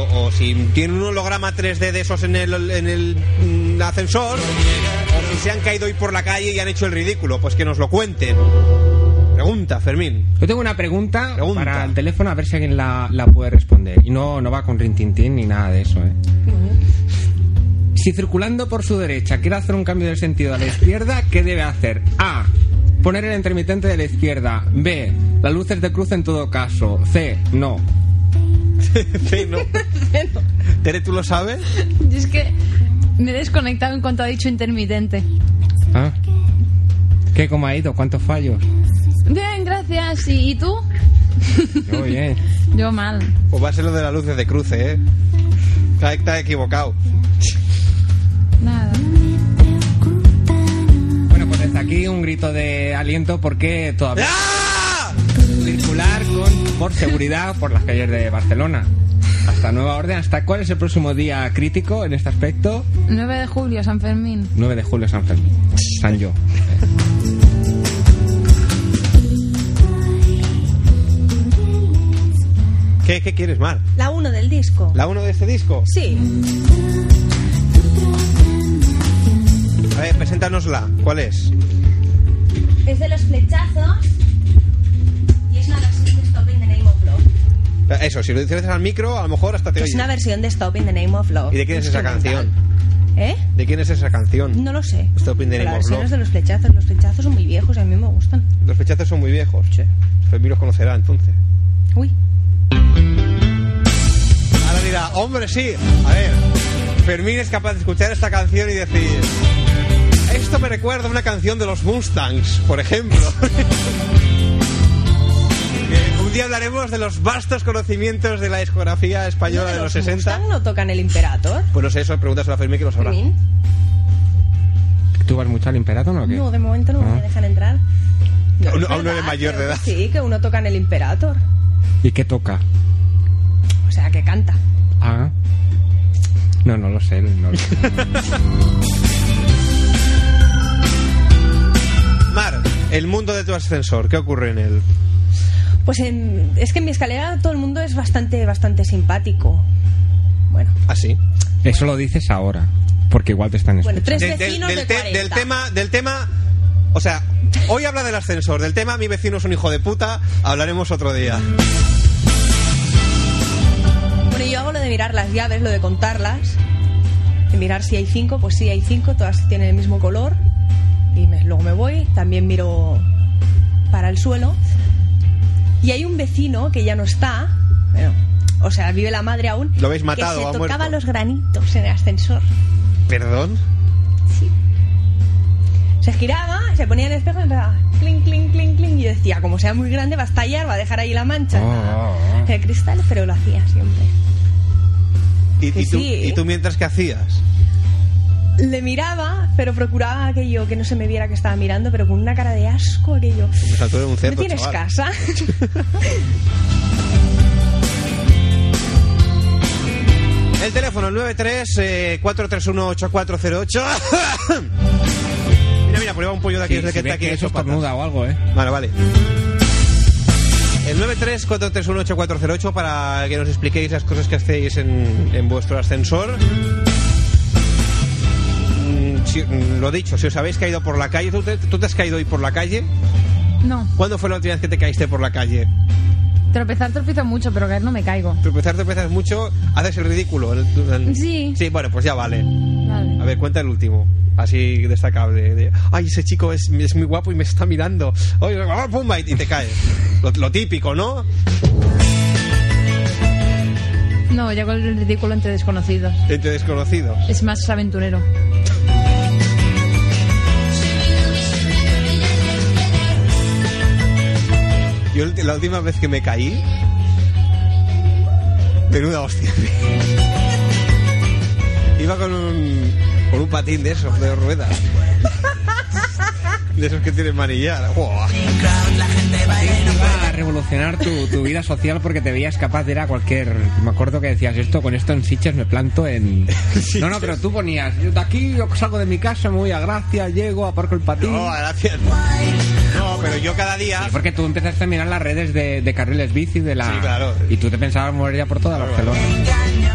Speaker 3: o- o si tienen un holograma 3D de esos en el, en el mm, ascensor o si se han caído hoy por la calle y han hecho el ridículo. Pues que nos lo cuenten. Pregunta, Fermín.
Speaker 10: Yo tengo una pregunta,
Speaker 3: Pregunta.
Speaker 10: para el teléfono a ver si alguien la, la puede responder. Y no, no va con rintintín ni nada de eso, ¿eh? Si circulando por su derecha quiere hacer un cambio de sentido a la izquierda, ¿qué debe hacer? A. Poner el intermitente de la izquierda. B. Las luces de cruce en todo caso. C. No.
Speaker 3: Sí, no. Tere, ¿tú lo sabes?
Speaker 4: Y es que me he desconectado en cuanto ha dicho intermitente.
Speaker 10: ¿Ah? ¿Qué? ¿Cómo ha ido? ¿Cuántos fallos?
Speaker 4: Bien, gracias. ¿Y, y tú?
Speaker 10: Yo bien.
Speaker 4: Yo mal.
Speaker 3: Pues va a ser lo de las luces de cruce, ¿eh? Está, está equivocado.
Speaker 4: Nada.
Speaker 10: Bueno, pues desde aquí un grito de aliento porque todavía...
Speaker 3: ¡Ah!
Speaker 10: circular con, por seguridad por las calles de Barcelona. Hasta nueva orden. ¿Hasta cuál es el próximo día crítico en este aspecto?
Speaker 4: 9 de julio, San Fermín.
Speaker 10: 9 de julio, San Fermín. San Yo.
Speaker 3: ¿Qué, qué quieres, Mar?
Speaker 6: La 1 del disco.
Speaker 3: ¿La 1 de este disco?
Speaker 6: Sí.
Speaker 3: A ver, preséntanosla. ¿Cuál es?
Speaker 6: Es de los flechazos. Y es una versión de Stop in the Name of Love.
Speaker 3: Eso, si lo dices al micro, a lo mejor hasta te
Speaker 6: Es
Speaker 3: oyes.
Speaker 6: una versión de Stop in the Name of Love.
Speaker 3: ¿Y de quién Pues es esa
Speaker 6: Instrumental.
Speaker 3: canción?
Speaker 6: ¿Eh?
Speaker 3: ¿De quién es esa canción?
Speaker 6: No lo sé.
Speaker 3: Stop in the Name
Speaker 6: Pero
Speaker 3: of
Speaker 6: las versiones
Speaker 3: Love.
Speaker 6: de los flechazos. Los flechazos son muy viejos y a mí me gustan.
Speaker 3: Los fechazos son muy viejos. Pues mí los conocerá entonces.
Speaker 6: Uy.
Speaker 3: Ahora dirá, hombre, sí. A ver, Fermín es capaz de escuchar esta canción y decir. Esto me recuerda a una canción de los Mustangs, por ejemplo. Eh, Un día hablaremos de los vastos conocimientos de la discografía
Speaker 6: ¿No
Speaker 3: española de los 60.
Speaker 6: Mustang no tocan el Imperator?
Speaker 3: Pues no sé, eso preguntas a la Fermín que lo sabrá.
Speaker 6: Fermín.
Speaker 10: ¿Tú vas mucho al Imperator o qué?
Speaker 6: No, de momento no
Speaker 10: Ah.
Speaker 6: me dejan entrar.
Speaker 3: Aún-
Speaker 6: es
Speaker 3: aún no
Speaker 6: verdad,
Speaker 3: eres mayor
Speaker 6: creo
Speaker 3: de edad.
Speaker 6: que Sí, que uno toca en el Imperator.
Speaker 10: ¿Y qué toca?
Speaker 6: O sea, que canta.
Speaker 10: Ah. No, no lo sé. no lo sé.
Speaker 3: Mar, el mundo de tu ascensor, ¿qué ocurre en él?
Speaker 6: Pues en- es que en mi escalera todo el mundo es bastante, bastante simpático. Bueno,
Speaker 3: Así.
Speaker 10: Eso lo dices ahora. Porque igual te están
Speaker 6: bueno
Speaker 10: escuchando.
Speaker 6: tres
Speaker 3: Del- del-
Speaker 6: vecinos
Speaker 3: del
Speaker 6: de
Speaker 3: te-
Speaker 6: 40.
Speaker 3: del tema del tema O sea, hoy habla del ascensor, del tema mi vecino es un hijo de puta, hablaremos otro día.
Speaker 6: Bueno, yo hago lo de mirar las llaves, lo de contarlas. De mirar si hay cinco, pues sí hay cinco, todas tienen el mismo color. Y me- luego me voy, también miro para el suelo. Y hay un vecino que ya no está, bueno, o sea, vive la madre aún.
Speaker 3: Lo habéis matado,
Speaker 6: que
Speaker 3: ha
Speaker 6: se tocaba
Speaker 3: muerto.
Speaker 6: los granitos en el ascensor.
Speaker 3: ¿Perdón?
Speaker 6: Se giraba, se ponía en el espejo y empezaba clink, clink, clink, clink. Y yo decía, como sea muy grande, va a estallar, va a dejar ahí la mancha
Speaker 3: Ah.
Speaker 10: Oh,
Speaker 6: en el cristal, pero lo hacía siempre.
Speaker 3: ¿Y,
Speaker 6: Que
Speaker 3: y tú,
Speaker 6: sí.
Speaker 3: ¿Y tú mientras qué hacías?
Speaker 6: Le miraba, pero procuraba aquello que no se me viera que estaba mirando, pero con una cara de asco aquello.
Speaker 3: Pues Me saltó un cerdo,
Speaker 6: ¿No tienes
Speaker 3: chaval.
Speaker 6: casa?
Speaker 3: El teléfono 93 eh, 431 8408. mira, mira, prueba un pollo de aquí
Speaker 10: Sí,
Speaker 3: de
Speaker 10: se
Speaker 3: que
Speaker 10: ve
Speaker 3: está aquí.
Speaker 10: que
Speaker 3: hecho
Speaker 10: eso estornuda o algo, ¿eh?
Speaker 3: patas. Vale, vale. El 93 431 8408 para que nos expliquéis las cosas que hacéis en, en vuestro ascensor. Mm, si- mm, lo dicho, si os habéis caído por la calle, ¿tú te, tú te has caído hoy por la calle?
Speaker 4: No,
Speaker 3: ¿Cuándo fue la última vez que te caíste por la calle?
Speaker 4: tropezar tropezo mucho, pero caer no me caigo.
Speaker 3: Tropezar, tropezas mucho, haces el ridículo. El- el-
Speaker 4: Sí.
Speaker 3: Sí, bueno, pues ya vale.
Speaker 4: Vale.
Speaker 3: A ver, cuenta el último. Así destacable. de, Ay, ese chico es, es muy guapo y me está mirando. Ay, ah, pumba, y te caes. Lo, lo típico, ¿no?
Speaker 4: No, ya con el ridículo entre desconocidos.
Speaker 3: Entre desconocidos.
Speaker 4: Es más aventurero.
Speaker 3: Yo el- la última vez que me caí. Menuda hostia. Iba con un, con un patín de esos, de ruedas. De esos que tienen manillar. Buah.
Speaker 10: Iba a revolucionar tu, tu vida social porque te veías capaz de ir a cualquier. Me acuerdo que decías esto, con esto en Sitges me planto en. No, no, pero tú ponías, yo de aquí yo salgo de mi casa, me voy a Gracia, llego, aparco el patín.
Speaker 3: No, ah. gracias. No, pero yo cada día.
Speaker 10: Sí, porque tú empezaste a mirar las redes de, de carriles bici de la.
Speaker 3: Sí, claro.
Speaker 10: Y tú te pensabas mover ya por toda Barcelona.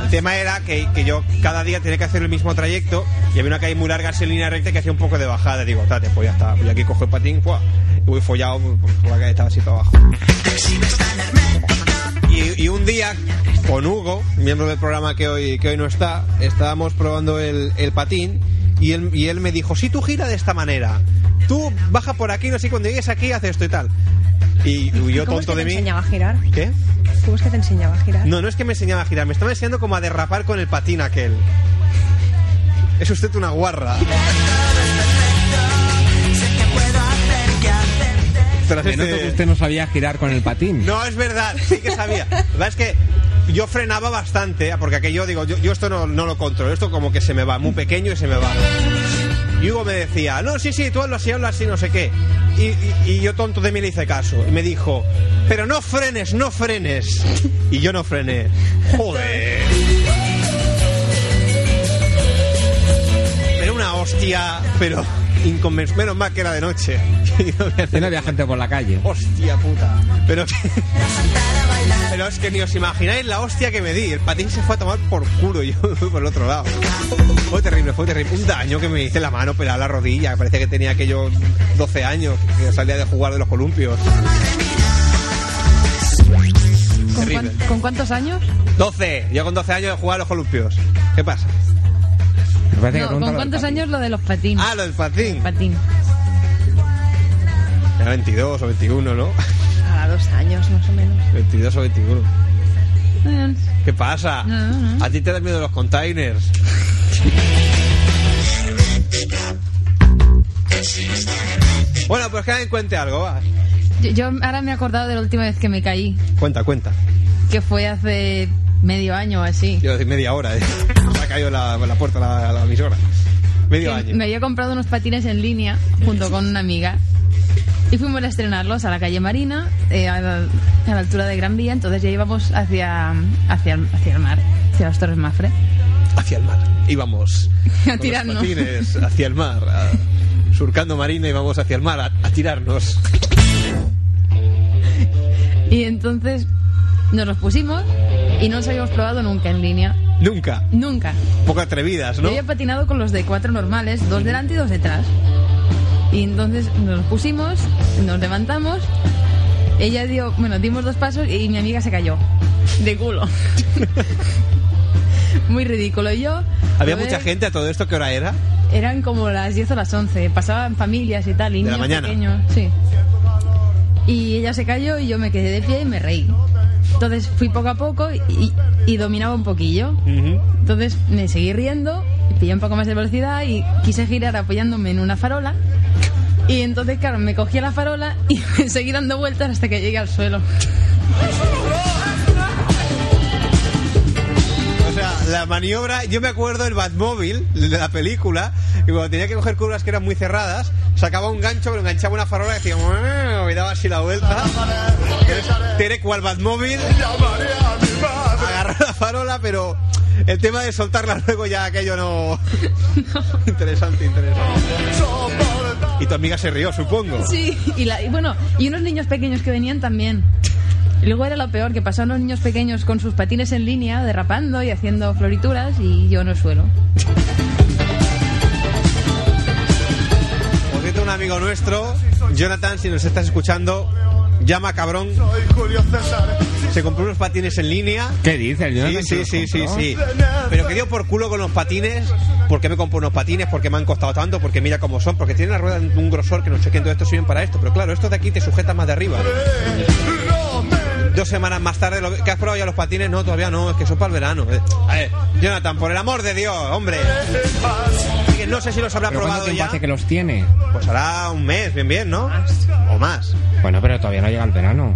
Speaker 3: El tema era que, que yo cada día tenía que hacer el mismo trayecto y había una calle muy larga en línea recta que hacía un poco de bajada. Digo, tate, pues ya está. Voy aquí cojo el patín, ¡buah! y voy follado por por la calle, estaba así para abajo. Y, y un día, con Hugo, miembro del programa que hoy, que hoy no está, estábamos probando el, el patín y él, y él me dijo, si tú gira de esta manera, tú baja por aquí, no sé, cuando llegues aquí, haces esto y tal. Y, y yo,
Speaker 6: ¿Cómo es que
Speaker 3: tonto de
Speaker 6: te
Speaker 3: mí...
Speaker 6: enseñaba a girar?
Speaker 3: ¿Qué?
Speaker 6: ¿Cómo es que te enseñaba a girar?
Speaker 3: No, no es que me enseñaba a girar, me estaba enseñando como a derrapar con el patín aquel. Es usted una guarra. Tras
Speaker 10: Me
Speaker 3: este-
Speaker 10: noto que usted no sabía girar con el patín.
Speaker 3: No, es verdad, sí que sabía. La verdad es que yo frenaba bastante, ah, porque aquello digo, yo, yo esto no, no lo controlo, esto como que se me va, muy pequeño y se me va. Y Hugo me decía, no, sí, sí, tú hazlo así, hazlo así, no sé qué. Y, y- y yo tonto de mí le hice caso. Y me dijo, pero no frenes, no frenes. Y yo no frené. Joder. Pero una hostia, pero inconmensurable. Menos mal que era de noche.
Speaker 10: Y no había gente por la calle.
Speaker 3: Hostia puta. Pero, pero es que ni os imagináis la hostia que me di. El patín se fue a tomar por culo y yo me fui por el otro lado. Fue terrible, fue terrible. Un daño que me hice en la mano, pero a la rodilla. Parecía que tenía aquellos 12 años, que salía de jugar de los columpios.
Speaker 4: ¿Con,
Speaker 3: Terrible.
Speaker 4: cuán- con cuántos años?
Speaker 3: 12. Yo con 12 años jugaba a los columpios. ¿Qué pasa?
Speaker 10: Me parece que
Speaker 4: No,
Speaker 10: pregunta
Speaker 4: ¿con
Speaker 10: lo del
Speaker 4: cuántos
Speaker 10: patín.
Speaker 4: años lo de los patines?
Speaker 3: Ah, lo del patín.
Speaker 4: Patín.
Speaker 3: Era 22 o 21, ¿no?
Speaker 6: A dos años más o menos.
Speaker 3: 22 o 21.
Speaker 4: Eh,
Speaker 3: ¿Qué pasa?
Speaker 4: No, no, no.
Speaker 3: A ti te da miedo los containers. bueno, pues que alguien cuente algo, va.
Speaker 4: Yo, yo ahora me he acordado de la última vez que me caí,
Speaker 3: Cuenta, cuenta.
Speaker 4: que fue hace medio año o así.
Speaker 3: Yo decir media hora, eh. Me ha caído la, la puerta la, la emisora. Medio
Speaker 4: que
Speaker 3: año.
Speaker 4: me había comprado unos patines en línea junto con una amiga y fuimos a estrenarlos a la calle Marina, eh, a, la, a la altura de Gran Vía, entonces ya íbamos hacia, hacia, el, hacia el mar, hacia las Torres Mafre.
Speaker 3: Hacia el mar. Íbamos.
Speaker 4: A
Speaker 3: con los
Speaker 4: tirarnos.
Speaker 3: patines hacia el mar. a- surcando marina íbamos hacia el mar a, a tirarnos.
Speaker 4: Y entonces nos los pusimos y no los habíamos probado nunca en línea,
Speaker 3: Nunca.
Speaker 4: nunca.
Speaker 3: Poco atrevidas,
Speaker 4: Yo
Speaker 3: ¿no?
Speaker 4: había patinado con los de cuatro normales, dos delante y dos detrás. Y entonces nos pusimos, nos levantamos, ella dio, bueno, dimos dos pasos y mi amiga se cayó. De culo. Muy ridículo. Y Yo.
Speaker 3: ¿Había
Speaker 4: a ver,
Speaker 3: mucha gente a todo esto? ¿Qué hora era?
Speaker 4: Eran como las 10 o las 11. Pasaban familias y tal, y
Speaker 3: ¿De la
Speaker 4: niños
Speaker 3: mañana?
Speaker 4: pequeños. Sí. Y ella se cayó y yo me quedé de pie y me reí. Entonces fui poco a poco y, y dominaba un poquillo. Entonces me seguí riendo, pillé un poco más de velocidad y quise girar apoyándome en una farola. Y entonces, claro, me cogí a la farola y me seguí dando vueltas hasta que llegué al suelo.
Speaker 3: O sea, la maniobra, yo me acuerdo el Batmóvil de la película, y cuando tenía que coger curvas que eran muy cerradas, sacaba un gancho, pero enganchaba una farola y decía, "Muau", y daba así la vuelta. Tere cual Batmóvil. Agarró la farola, pero el tema de soltarla luego ya aquello no. interesante, interesante. Y tu amiga se rió, supongo.
Speaker 4: Sí, y, la- y bueno, y unos niños pequeños que venían también. Y luego era lo peor, que pasaban los niños pequeños con sus patines en línea, derrapando y haciendo florituras, y yo no suelo.
Speaker 3: Por cierto, un amigo nuestro, Jonathan, si nos estás escuchando, llama cabrón. Se compró unos patines en línea.
Speaker 10: ¿Qué dices? Yo no
Speaker 3: Sí,
Speaker 10: sé
Speaker 3: sí,
Speaker 10: si
Speaker 3: sí,
Speaker 10: los
Speaker 3: sí,
Speaker 10: compró.
Speaker 3: sí. Pero que dio por culo con los patines. ¿Por qué me compró unos patines? Porque me han costado tanto, porque mira cómo son, porque tienen la rueda de un grosor que no sé qué, entonces estos sirven para esto. Pero claro, estos de aquí te sujetan más de arriba. Dos semanas más tarde, lo- ¿que has probado ya los patines? No, todavía no, es que son para el verano. Eh, A ver, Jonathan, por el amor de Dios, hombre. Que No sé si los habrá
Speaker 10: ¿Pero cuánto
Speaker 3: probado
Speaker 10: tiempo
Speaker 3: ya.
Speaker 10: hace que los tiene?
Speaker 3: Pues hará un mes, bien, bien, ¿no? O más.
Speaker 10: Bueno, pero todavía no llega el verano.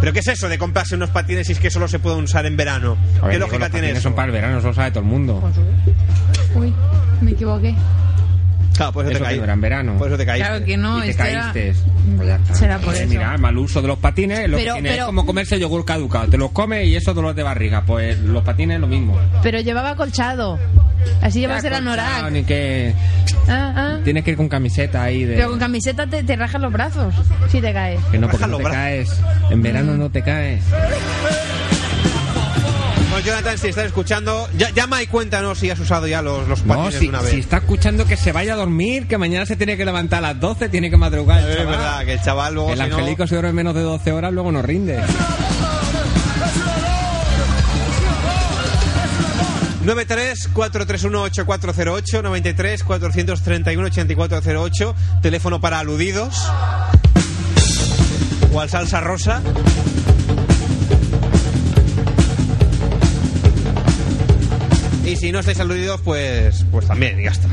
Speaker 3: ¿Pero qué es eso de comprarse unos patines si es que solo se pueden usar en verano?
Speaker 10: A ver,
Speaker 3: ¿Qué
Speaker 10: digo,
Speaker 3: lógica
Speaker 10: los
Speaker 3: tiene
Speaker 10: patines
Speaker 3: eso?
Speaker 10: son para el verano, eso lo sabe todo el mundo.
Speaker 4: Uy, me equivoqué.
Speaker 3: Claro, por eso, te
Speaker 10: Eso que
Speaker 3: caí.
Speaker 10: no era en verano.
Speaker 3: Por eso te caí.
Speaker 4: Claro que no,
Speaker 10: y te
Speaker 4: este era-
Speaker 10: caíste. Pues ya está.
Speaker 4: Será por
Speaker 10: Eh,
Speaker 4: eso.
Speaker 10: Mira, mal uso de los patines, lo
Speaker 4: Pero-
Speaker 10: que tiene
Speaker 4: pero-
Speaker 10: es como comerse yogur caducado. Te los comes y eso dolor de barriga. Pues los patines lo mismo.
Speaker 4: Pero llevaba colchado. Así llevas el
Speaker 10: Colchado,
Speaker 4: anorak.
Speaker 10: ni que
Speaker 4: Ah, ah.
Speaker 10: tienes que ir con camiseta ahí de
Speaker 4: Pero con camiseta te, te rajas los brazos si te caes.
Speaker 10: que no
Speaker 3: Baja
Speaker 10: porque no
Speaker 3: los
Speaker 10: te
Speaker 3: brazos.
Speaker 10: caes. En verano no te caes.
Speaker 3: Bueno, Jonathan, si estás escuchando, ya- llama y cuéntanos si has usado ya los, los
Speaker 10: No,
Speaker 3: patines
Speaker 10: si,
Speaker 3: de una vez.
Speaker 10: si está escuchando que se vaya a dormir, que mañana se tiene que levantar a las 12, tiene que madrugar.
Speaker 3: Es
Speaker 10: chaval.
Speaker 3: verdad, que el chaval luego
Speaker 10: El
Speaker 3: si no-
Speaker 10: angelico se duerme menos de 12 horas, luego no rinde.
Speaker 3: 93-431-8408, 93-431-8408, teléfono para aludidos o al salsa rosa. Y si no estáis aludidos, pues, pues también, y ya está.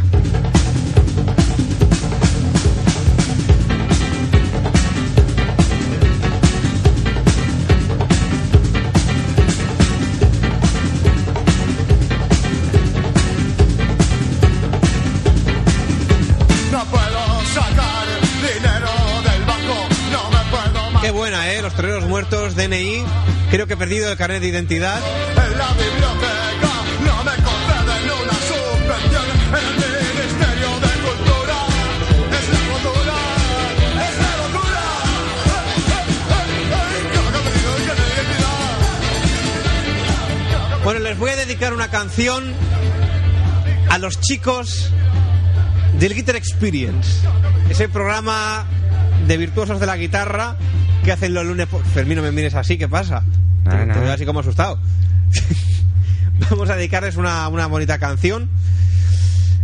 Speaker 12: No puedo sacar dinero del banco, no me puedo
Speaker 3: Qué buena, ¿eh? Los toreros muertos, DNI, creo que he perdido el carnet de identidad.
Speaker 12: En la biblioteca no me conceden una subvención en el Ministerio de Cultura. Es la cultura, es la locura.
Speaker 3: Bueno, les voy a dedicar una canción a los chicos del Guitar Experience. Ese programa de virtuosos de la guitarra que hacen los lunes. por- Fermín, no me mires así, ¿qué pasa?
Speaker 10: Ah,
Speaker 3: Te- te,
Speaker 10: nada.
Speaker 3: veo así como asustado. Vamos a dedicarles una, una bonita canción.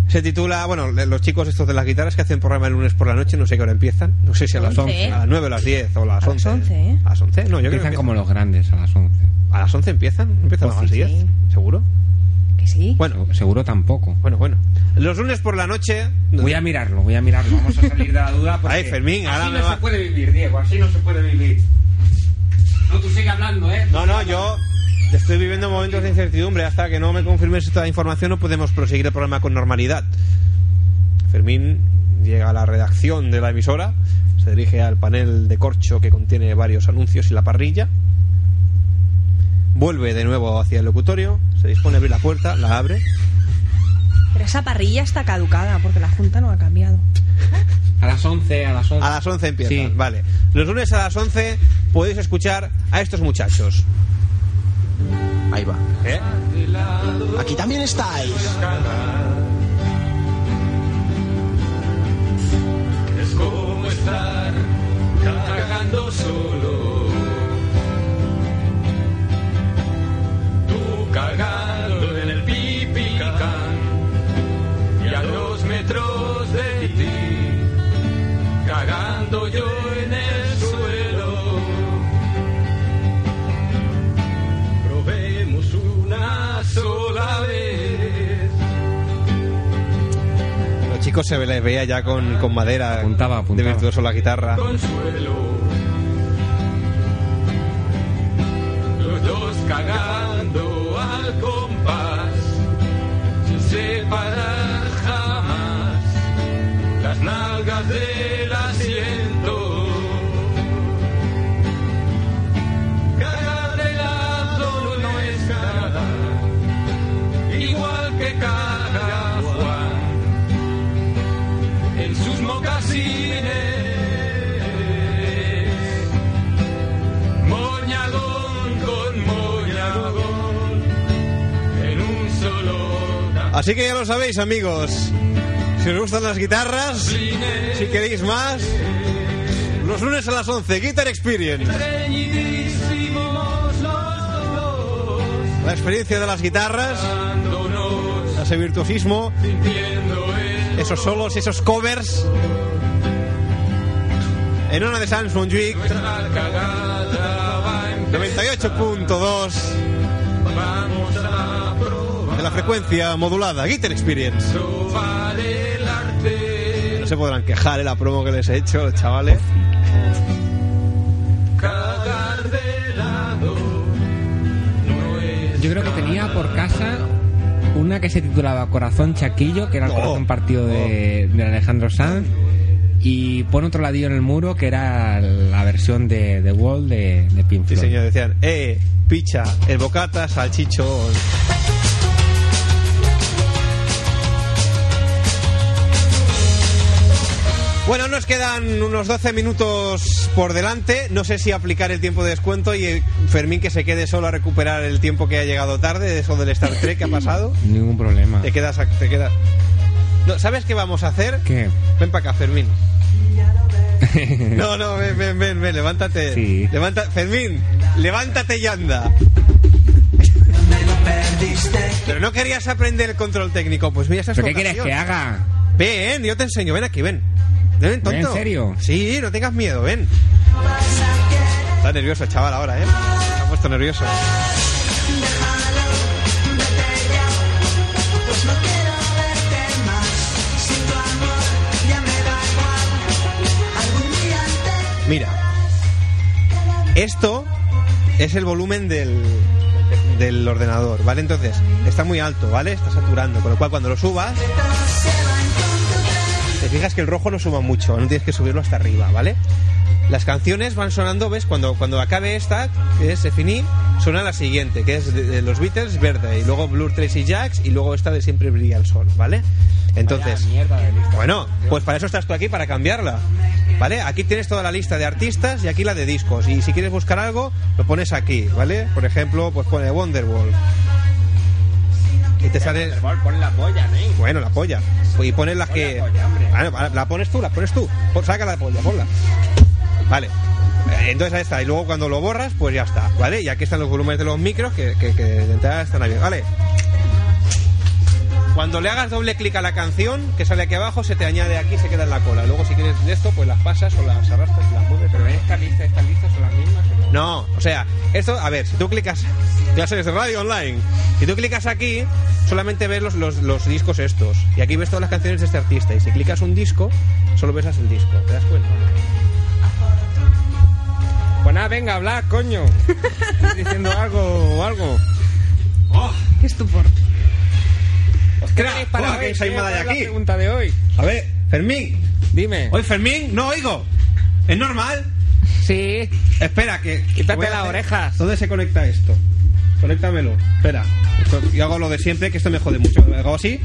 Speaker 3: Se titula, bueno, le- los chicos estos de las guitarras que hacen programa el lunes por la noche, no sé qué hora empiezan. No sé si a las
Speaker 6: Once.
Speaker 3: 11, a las 9, a las 10 o a las
Speaker 6: A las
Speaker 3: 11.
Speaker 6: once, ¿eh?
Speaker 3: A las 11, no, yo creo que
Speaker 10: Empiezan
Speaker 3: empiezan.
Speaker 10: como los grandes a las 11.
Speaker 3: ¿A las 11 empiezan? ¿No ¿Empiezan
Speaker 10: Pues
Speaker 3: a las
Speaker 10: sí,
Speaker 3: 10?
Speaker 6: sí.
Speaker 3: ¿Seguro?
Speaker 6: Que sí.
Speaker 3: Bueno,
Speaker 10: Seguro tampoco.
Speaker 3: bueno, bueno. Los lunes por la noche.
Speaker 10: Voy a mirarlo, voy a mirarlo. Vamos a salir de la duda. Porque
Speaker 3: Ay, Fermín, ahora
Speaker 10: así
Speaker 3: me
Speaker 10: no
Speaker 3: va-
Speaker 10: se puede vivir, Diego. Así no se puede vivir. No, tú sigue hablando, ¿eh?
Speaker 3: No, no, yo estoy viviendo momentos de incertidumbre. Hasta que no me confirmes esta información, no podemos proseguir el programa con normalidad. Fermín llega a la redacción de la emisora, se dirige al panel de corcho que contiene varios anuncios y la parrilla. Vuelve de nuevo hacia el locutorio, se dispone a abrir la puerta, la abre.
Speaker 6: Pero esa parrilla está caducada porque la Junta no ha cambiado.
Speaker 10: A las 11, a las 11.
Speaker 3: A las 11 empiezan,
Speaker 10: Sí.
Speaker 3: vale. Los lunes a las 11 podéis escuchar a estos muchachos.
Speaker 11: Ahí va.
Speaker 3: ¿Eh?
Speaker 11: Aquí también estáis.
Speaker 13: estando yo en el suelo. Probemos una sola vez.
Speaker 3: Los chicos se les veía ya con, con madera, de virtuoso la guitarra.
Speaker 13: Consuelo. Los dos cagando al compás, sin separar jamás las nalgas del asiento. Cagar de lado no es nada, igual que caga Juan en sus mocasines. Moñagón con moñagón en un solo
Speaker 3: Así que ya lo sabéis, amigos. Si os gustan las guitarras, si queréis más, los lunes a las 11, Guitar Experience.
Speaker 13: Reñidísimos los dos,
Speaker 3: La experiencia de las guitarras, ese virtuosismo, esos solos, esos covers. En una de Samsung Week,
Speaker 13: la cagada va a empezar.
Speaker 3: 98.2
Speaker 13: Vamos a probar,
Speaker 3: de la frecuencia modulada, Guitar Experience.
Speaker 13: probar el arte.
Speaker 3: No se podrán quejar de la promo que les he hecho, los chavales.
Speaker 13: Cagar de lado no es
Speaker 10: Yo creo que tenía por casa una que se titulaba Corazón Chaquillo, que era
Speaker 3: Oh.
Speaker 10: el corazón partido de, de Alejandro Sanz. Y pon otro ladillo en el muro, que era la versión de The Wall de, de Pink
Speaker 3: Sí,
Speaker 10: Floyd.
Speaker 3: señor, decían, eh, picha, el bocata, salchichón. Bueno, nos quedan unos 12 minutos por delante. No sé si aplicar el tiempo de descuento y eh, Fermín que se quede solo a recuperar el tiempo que ha llegado tarde, de eso del Star Trek que ha pasado.
Speaker 10: Ningún problema.
Speaker 3: Te quedas, a- te quedas. No, ¿Sabes qué vamos a hacer?
Speaker 10: ¿Qué?
Speaker 3: Ven para acá, Fermín. No, no, ven, ven, ven, ven, levántate.
Speaker 10: Sí.
Speaker 3: Levanta, Fermín, levántate y anda. Pero no querías aprender el control técnico, pues mira, esa es
Speaker 10: ¿Pero
Speaker 3: tu
Speaker 10: qué quieres
Speaker 3: ocasión.
Speaker 10: que haga?
Speaker 3: Ven, yo te enseño, ven aquí, ven. Ven, tonto.
Speaker 10: ¿En serio?
Speaker 3: Sí, no tengas miedo, ven. Está nervioso el chaval ahora, ¿eh? Se ha puesto nervioso.
Speaker 11: Pues no quiero verte más. Sin tu amor ya me da igual. Algún día te
Speaker 3: Mira, esto es el volumen del, del ordenador, ¿vale? Entonces, está muy alto, ¿vale? Está saturando, con lo cual cuando lo subas, te fijas que el rojo no suba mucho, no tienes que subirlo hasta arriba, ¿vale? Las canciones van sonando, ¿ves? Cuando, cuando acabe esta, que es finí, suena la siguiente, que es de, de los Beatles, verde, y luego Blur Tracy Jacks, y luego esta de Siempre Brilla el Sol, ¿vale? Entonces, bueno, pues para eso estás tú aquí, para cambiarla. ¿Vale? Aquí tienes toda la lista de artistas y aquí la de discos. Y si quieres buscar algo, lo pones aquí, ¿vale? Por ejemplo, pues pone Wonderwall. Y te sale...
Speaker 9: Pon la polla, ¿eh?
Speaker 3: Bueno, la polla. Y pones las que... Ah, no, la, la pones tú, la pones tú. Pon- saca la polla, ponla. Vale. Eh, Entonces ahí está. Y luego cuando lo borras, pues ya está. ¿Vale? Y aquí están los volúmenes de los micros que, que, que de entrada están abiertos. Vale. Cuando le hagas doble clic a la canción que sale aquí abajo, se te añade aquí y se queda en la cola. Luego si quieres de esto, pues las pasas o las arrastras y las mueves.
Speaker 10: ¿Pero esta lista, esta lista son las mismas?
Speaker 3: No, o sea, esto, a ver, si tú clicas clases de radio online, si tú clicas aquí, solamente ves los, los, los discos estos. Y aquí ves todas las canciones de este artista. Y si clicas un disco, solo ves el disco. ¿Te das cuenta?
Speaker 10: Pues nada, venga, habla, coño. Estoy diciendo algo o algo.
Speaker 3: Oh,
Speaker 5: Qué estupor.
Speaker 3: ¡Ostras!
Speaker 10: para
Speaker 3: ¡Joder, oh, que soy mala de
Speaker 10: ¿Cuál es
Speaker 3: aquí!
Speaker 10: la pregunta de hoy?
Speaker 3: A ver, Fermín.
Speaker 10: Dime.
Speaker 3: Oye, Fermín, no oigo. ¿Es normal?
Speaker 10: Sí.
Speaker 3: Espera, que...
Speaker 10: Quítate
Speaker 3: voy a
Speaker 10: las
Speaker 3: hacer-
Speaker 10: orejas.
Speaker 3: ¿Dónde se conecta esto? Conéctamelo. Espera. Yo hago lo de siempre, que esto me jode mucho. Hago así.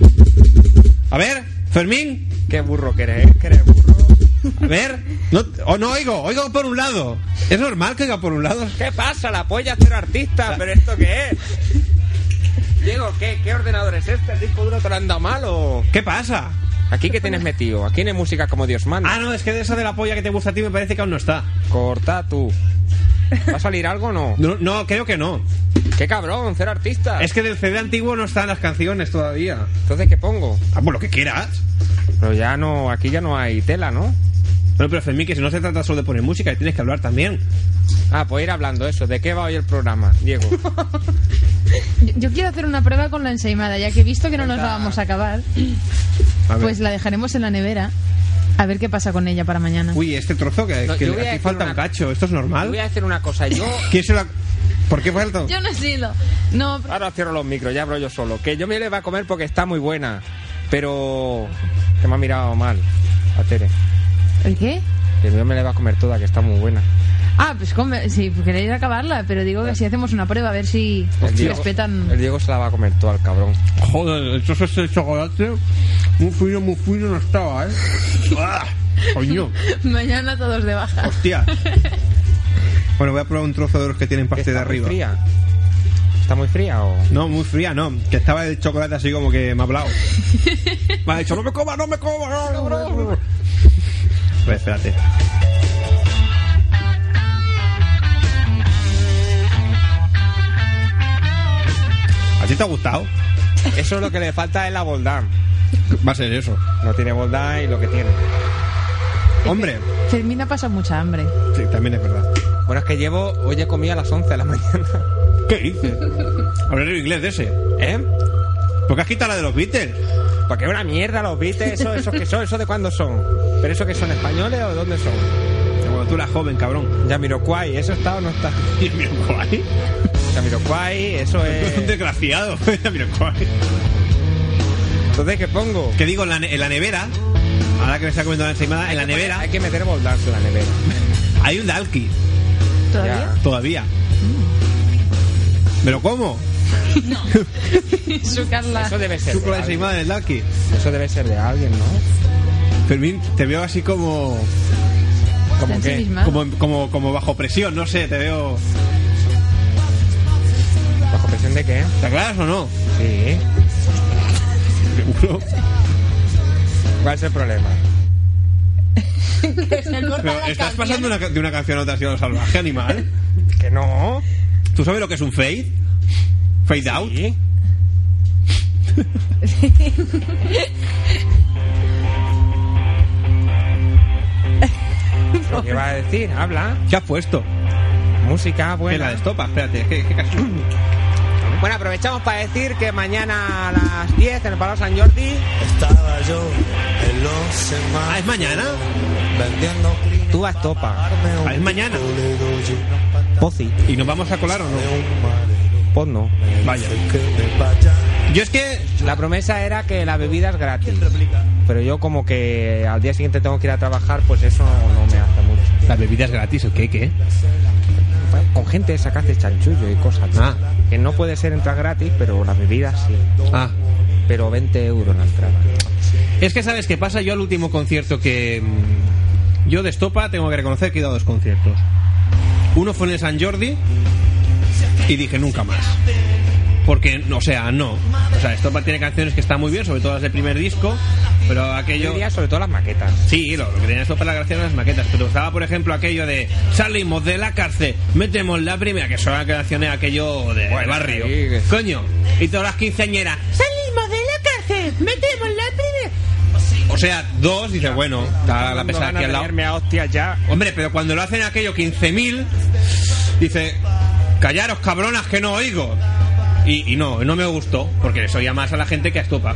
Speaker 3: A ver, Fermín.
Speaker 10: Qué burro que eres, ¿eh? que eres burro.
Speaker 3: A ver, no, o no oigo, oigo por un lado. Es normal que oiga por un lado.
Speaker 10: ¿Qué pasa? La polla es ser artista, pero ¿esto qué es? Diego, ¿qué, ¿qué ordenador es este? ¿El disco duro te lo han dado mal o...?
Speaker 3: ¿Qué pasa?
Speaker 10: ¿Aquí qué tienes metido? Aquí no hay música como Dios manda.
Speaker 3: Ah, no, es que de esa de la polla que te gusta a ti me parece que aún no está.
Speaker 10: Corta tú. ¿Va a salir algo o no?
Speaker 3: No, no, creo que no.
Speaker 10: ¡Qué cabrón! ¡Ser artista!
Speaker 3: Es que del CD antiguo no están las canciones todavía.
Speaker 10: Entonces, ¿qué pongo?
Speaker 3: Ah, pues lo que quieras.
Speaker 10: Pero ya no... Aquí ya no hay tela, ¿no?
Speaker 3: Bueno, pero Fermín, que si no se trata solo de poner música, que tienes que hablar también.
Speaker 10: Ah, pues ir hablando eso. ¿De qué va hoy el programa, Diego?
Speaker 4: Yo, yo quiero hacer una prueba con la ensaimada, ya que he visto que no nos la vamos a acabar,
Speaker 3: A ver.
Speaker 4: pues la dejaremos en la nevera. A ver qué pasa con ella para mañana.
Speaker 3: Uy, este trozo que,
Speaker 10: No,
Speaker 3: que
Speaker 10: yo voy a
Speaker 3: aquí
Speaker 10: decir
Speaker 3: falta
Speaker 10: una-
Speaker 3: un cacho. ¿Esto es normal?
Speaker 10: Voy a decir una cosa. Yo
Speaker 3: ¿Quién se la- ¿Por qué falta?
Speaker 4: Yo no sé lo. No,
Speaker 10: Ahora cierro los micros, ya hablo yo solo. Que yo me le va a comer porque está muy buena. Pero. Que me ha mirado mal a Tere.
Speaker 4: ¿el qué?
Speaker 10: Que yo me le va a comer toda, que está muy buena.
Speaker 4: Ah, pues come, si queréis acabarla, pero digo que si hacemos una prueba a ver si
Speaker 10: Diego-
Speaker 4: respetan.
Speaker 10: El Diego se la va a comer toda, el cabrón.
Speaker 8: Joder, eso es el chocolate. Muy fino, muy fino no estaba, ¿eh? ¡Ah!
Speaker 3: Coño.
Speaker 4: Mañana todos de baja.
Speaker 3: Hostia. Bueno, voy a probar un trozo de los que tienen parte de arriba.
Speaker 10: fría? ¿Está muy fría o.?
Speaker 3: No, muy fría, no. Que estaba el chocolate así como que me ha hablado. me ha dicho, no me comas, no me comas. no, no, no, no". A ver, espérate. ¿A ti te ha gustado?
Speaker 10: Eso es lo que le falta es la boldad.
Speaker 3: Va a ser eso.
Speaker 10: No tiene boldad y lo que tiene.
Speaker 3: Hombre,
Speaker 4: Fermín ha pasado mucha hambre.
Speaker 3: sí, también es verdad.
Speaker 10: Bueno, es que llevo. Hoy he comido a las 11 de la mañana.
Speaker 3: ¿Qué dices? Hablar el inglés de ese.
Speaker 10: ¿Eh?
Speaker 3: Porque has quitado la de los Beatles.
Speaker 10: Porque es una mierda los viste, eso, esos que son, eso de cuándo son. ¿Pero eso que son españoles o de dónde son?
Speaker 3: Cuando tú eras joven, cabrón.
Speaker 10: Ya Yamiroquai, ¿eso está o no está?
Speaker 3: Y mira, guay.
Speaker 10: Yamiroquai, eso
Speaker 3: Un
Speaker 10: es.
Speaker 3: desgraciado. Mira, guay.
Speaker 10: Entonces, ¿qué pongo?
Speaker 3: Que digo, en la, ne- en la nevera, ahora que me está comiendo la ensaimada, en la
Speaker 10: Hay que poner-
Speaker 3: nevera
Speaker 10: Hay que meter boldance en la nevera.
Speaker 3: hay un dalki
Speaker 4: ¿Todavía?
Speaker 3: todavía. ¿Me lo como?
Speaker 4: Su
Speaker 10: Ya.
Speaker 4: Carla.
Speaker 10: Eso debe ser.
Speaker 3: Tú con
Speaker 10: De
Speaker 3: la
Speaker 10: alguien.
Speaker 3: ensaimada del dalki.
Speaker 10: Eso debe ser de alguien, ¿no?
Speaker 3: Fermín, te veo así como,
Speaker 10: Como
Speaker 4: Está
Speaker 10: que.
Speaker 4: ensimismado.
Speaker 3: como, como, como bajo presión, no sé, te veo...
Speaker 10: ¿Bajo presión de qué?
Speaker 3: ¿Te aclaras o no?
Speaker 10: Sí.
Speaker 3: Seguro.
Speaker 10: ¿Cuál es el problema?
Speaker 3: Pero estás pasando una ca- de una canción a otra así a lo salvaje, animal.
Speaker 10: Que no.
Speaker 3: ¿Tú sabes lo que es un fade? ¿Fade out?
Speaker 10: Sí. ¿Pero ¿Qué va a decir? Habla.
Speaker 3: ¿Qué has puesto?
Speaker 10: Música
Speaker 3: En la
Speaker 10: buena.
Speaker 3: de estopa, espérate. es que- es que casi-
Speaker 10: Bueno, aprovechamos para decir que mañana a las 10 en el Palau San Jordi.
Speaker 14: Estaba yo en los semáforos
Speaker 3: Ah, ¿es mañana?
Speaker 14: vendiendo crin-
Speaker 10: Tú vas topa.
Speaker 14: darme un
Speaker 3: Ah, ¿es mañana?
Speaker 14: boleto y una pata
Speaker 10: Pozi.
Speaker 3: ¿Y nos vamos a colar o
Speaker 14: de
Speaker 3: no?
Speaker 14: un marero.
Speaker 10: Pues no.
Speaker 3: Vaya.
Speaker 14: Que me vaya.
Speaker 3: Yo es que
Speaker 10: La promesa era que la bebida es gratis. Pero yo como que al día siguiente tengo que ir a trabajar, pues eso no me hace mucho.
Speaker 3: ¿Las bebidas gratis o qué? ¿Qué?
Speaker 10: Con gente esa que hace chanchullo y cosas.
Speaker 3: Ah.
Speaker 10: Que no puede ser entrar gratis, pero las bebidas sí.
Speaker 3: Ah.
Speaker 10: Pero 20 euros la entrada.
Speaker 3: Es que sabes qué pasa, yo al último concierto que. mm, Yo de estopa tengo que reconocer que he ido a dos conciertos. Uno fue en el San Jordi y dije nunca más. Porque, o sea, no. O sea, Estopa tiene canciones que están muy bien, sobre todo las del primer disco, pero
Speaker 10: Yo
Speaker 3: aquello.
Speaker 10: diría sobre todo las maquetas.
Speaker 3: Sí, lo, lo que tenía esto para la gracia eran las maquetas, pero estaba, por ejemplo, aquello de salimos de la cárcel, metemos la primera, que son las canciones aquello de, de
Speaker 10: Bueno,
Speaker 3: barrio.
Speaker 10: sí, que-
Speaker 3: Coño, y todas las quinceañeras, salimos de la cárcel, metemos la primera. O sea, dos, dice, bueno, está la pesada aquí al lado.
Speaker 10: a hostias ya.
Speaker 3: Hombre, pero cuando lo hacen aquello 15.000, dice, callaros cabronas que no oigo. Y, y no, no me gustó, porque les oía más a la gente que a Estopa.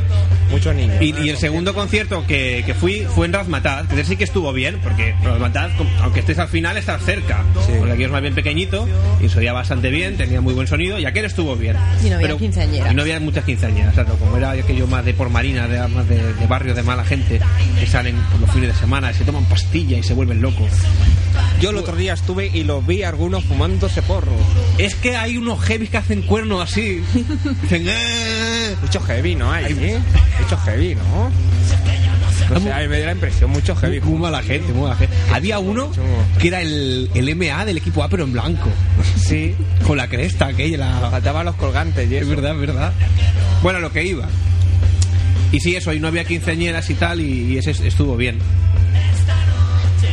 Speaker 10: Muchos niños.
Speaker 3: Y, y el segundo concierto que, que fui fue en Razmataz, que sí que estuvo bien, porque Razmataz, com- aunque estés al final, estás cerca.
Speaker 10: Sí.
Speaker 3: Porque aquí es más bien pequeñito, y se oía bastante bien, tenía muy buen sonido, y aquel estuvo bien.
Speaker 6: Y no había quinceañeras.
Speaker 3: Y no había muchas quinceañeras, exacto. Como era aquello más de por marina, de, más de, de barrio de mala gente, que salen por los fines de semana, y se toman pastilla y se vuelven locos.
Speaker 10: Yo el otro día estuve y los vi algunos fumándose porros.
Speaker 3: Es que hay unos heavy que hacen cuernos así. Dicen, "Eh".
Speaker 10: Mucho heavy, ¿no? Hay, ¿eh? Mucho heavy, ¿no? No sé, a mí me dio la impresión, mucho heavy.
Speaker 3: Muy mala gente, muy mala gente. Había uno que era el, el MA del equipo A, pero en blanco.
Speaker 10: Sí,
Speaker 3: Con la cresta aquella. la-
Speaker 10: faltaban los colgantes y
Speaker 3: Es
Speaker 10: eso.
Speaker 3: verdad, es verdad. Bueno, lo que iba. Y sí, eso, y no había quinceañeras y tal, y, y ese estuvo bien.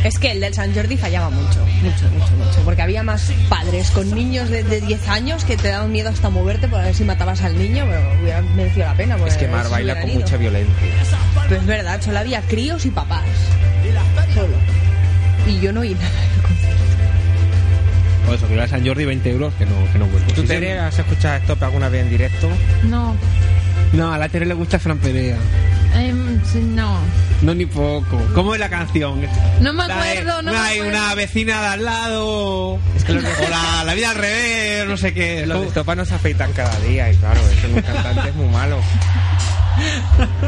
Speaker 6: Es que el del San Jordi fallaba mucho, mucho, mucho, mucho. Porque había más padres con niños de, de 10 años que te daban miedo hasta moverte por a ver si matabas al niño, pero hubiera merecido la pena.
Speaker 10: Es
Speaker 6: porque
Speaker 10: que Mar
Speaker 6: si
Speaker 10: baila
Speaker 6: hubiera
Speaker 10: con
Speaker 6: ido.
Speaker 10: mucha violencia.
Speaker 6: Pues es verdad, solo había críos y papás. Solo.
Speaker 15: y yo no oí nada del concierto.
Speaker 16: Por eso, que iba a San Jordi 20 euros, que no, que no vuelvo.
Speaker 10: ¿Tú,
Speaker 16: Sí,
Speaker 10: Tere, has escuchado a Stop alguna vez en directo?
Speaker 4: No,
Speaker 10: No, a la Tere le gusta Fran Perea.
Speaker 4: em, sí, no.
Speaker 10: No, ni poco. ¿Cómo es la canción?
Speaker 4: No me
Speaker 10: La de-
Speaker 4: acuerdo, no me
Speaker 10: Hay
Speaker 4: acuerdo.
Speaker 10: una vecina de al lado. o la, la vida al revés, no sé qué.
Speaker 16: Los
Speaker 10: de Estopa no se afeitan cada día, y claro, eso en un cantante es muy malo.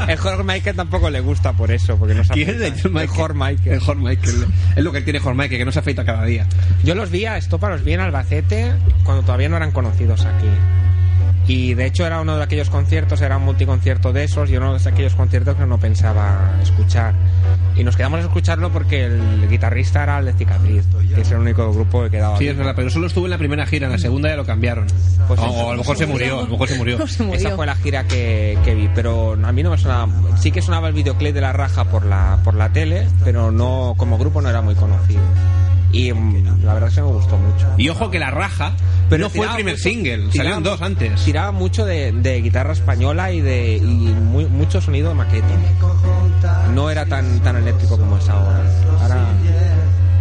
Speaker 10: El Jorge Michael tampoco le gusta por eso, porque no se
Speaker 3: ¿Quién?
Speaker 10: afeitan.
Speaker 3: El Michael.
Speaker 10: El Jorge Michael.
Speaker 3: El Jorge Michael.
Speaker 10: Es lo que tiene Jorge Michael, que no se afeita cada día. Yo los vi a Estopa, los vi en Albacete cuando todavía no eran conocidos aquí. Y de hecho era uno de aquellos conciertos, era un multiconcierto de esos y uno de aquellos conciertos que no pensaba escuchar. Y nos quedamos a escucharlo porque el guitarrista era el de Cicatriz, que es el único grupo que quedaba.
Speaker 3: Sí,
Speaker 10: vivo.
Speaker 3: es verdad, pero solo estuvo en la primera gira, en la segunda ya lo cambiaron.
Speaker 10: Pues
Speaker 3: o,
Speaker 10: eso,
Speaker 3: o a lo mejor se murió, a lo mejor se murió.
Speaker 10: Esa fue la gira que, que vi, pero a mí no me sonaba. Sí que sonaba el videoclip de La Raja por la, por la tele, pero no como grupo no era muy conocido. Y mm, la verdad es que me gustó mucho.
Speaker 3: Y ojo que la raja, pero no fue el
Speaker 10: tiraba
Speaker 3: primer
Speaker 10: mucho-
Speaker 3: single,
Speaker 10: tiraba
Speaker 3: salieron dos
Speaker 10: mucho-
Speaker 3: antes.
Speaker 10: Tiraba mucho de, de guitarra española y de y muy- mucho sonido de maqueta. No era tan, tan eléctrico como es ahora. Ahora.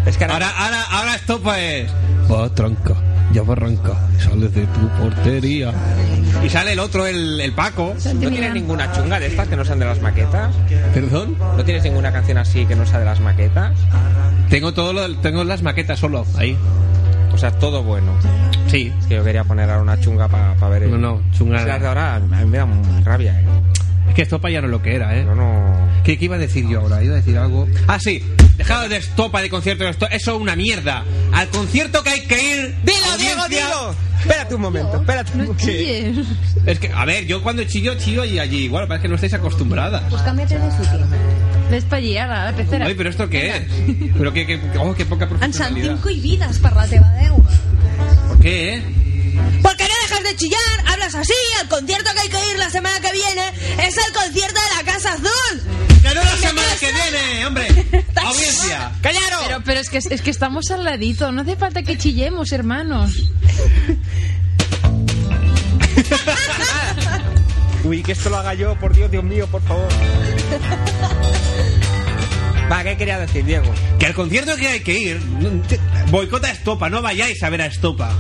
Speaker 10: Es que ahora,
Speaker 3: ahora, ahora pues, estopa es. Vos tronco, yo borronco, sales de tu portería.
Speaker 10: Y sale el otro, el, el Paco. ¿No tienes
Speaker 3: Sentimental.
Speaker 10: ninguna chunga de estas que no sean de las maquetas?
Speaker 3: ¿Perdón?
Speaker 10: ¿No tienes ninguna canción así que no sea de las maquetas?
Speaker 3: Tengo todo lo- tengo las maquetas solo ahí.
Speaker 10: O sea, todo bueno.
Speaker 3: Sí.
Speaker 10: Es que yo quería poner ahora una chunga para ver.
Speaker 3: No, no, chunga.
Speaker 10: Es que las de ahora a mí me da muy rabia, ¿eh?
Speaker 3: Es que estopa ya no es lo que era, ¿eh?
Speaker 10: No, no.
Speaker 3: ¿Qué, qué iba a decir yo ahora? Iba a decir algo. Ah, sí. Dejado de estopa de concierto. de esto- Eso es una mierda. Al concierto que hay que ir.
Speaker 10: ¡Dilo, Diego,
Speaker 3: audiencia-
Speaker 10: dilo! Espérate un momento, espérate un momento.
Speaker 3: Es que, a ver, yo cuando chillo, chillo y allí. Igual, parece que no estáis acostumbradas.
Speaker 4: Pues cámbiate de sitio. Ves para allí, ahora, a la pecera.
Speaker 3: Ay, pero esto qué es? Pero qué, qué, oh, qué poca
Speaker 6: En Sant
Speaker 3: profesionalidad.
Speaker 6: 5 i vides, per la teva veu.
Speaker 3: ¿Por qué, eh?
Speaker 6: Porque no dejas de chillar, hablas así, al concierto que hay que ir la semana que viene es el concierto de la Casa Azul.
Speaker 3: ¡Que no la semana que viene, hombre! ¡Audiencia!
Speaker 6: ¡Callaros!
Speaker 4: Pero, pero es, que, es que estamos al ladito, no hace falta que chillemos, hermanos.
Speaker 10: Uy, que esto lo haga yo, por Dios, Dios mío, por favor. Va, ¿qué quería decir, Diego?
Speaker 3: Que al concierto que hay que ir, no- te- boicota a Estopa, no vayáis a ver a Estopa.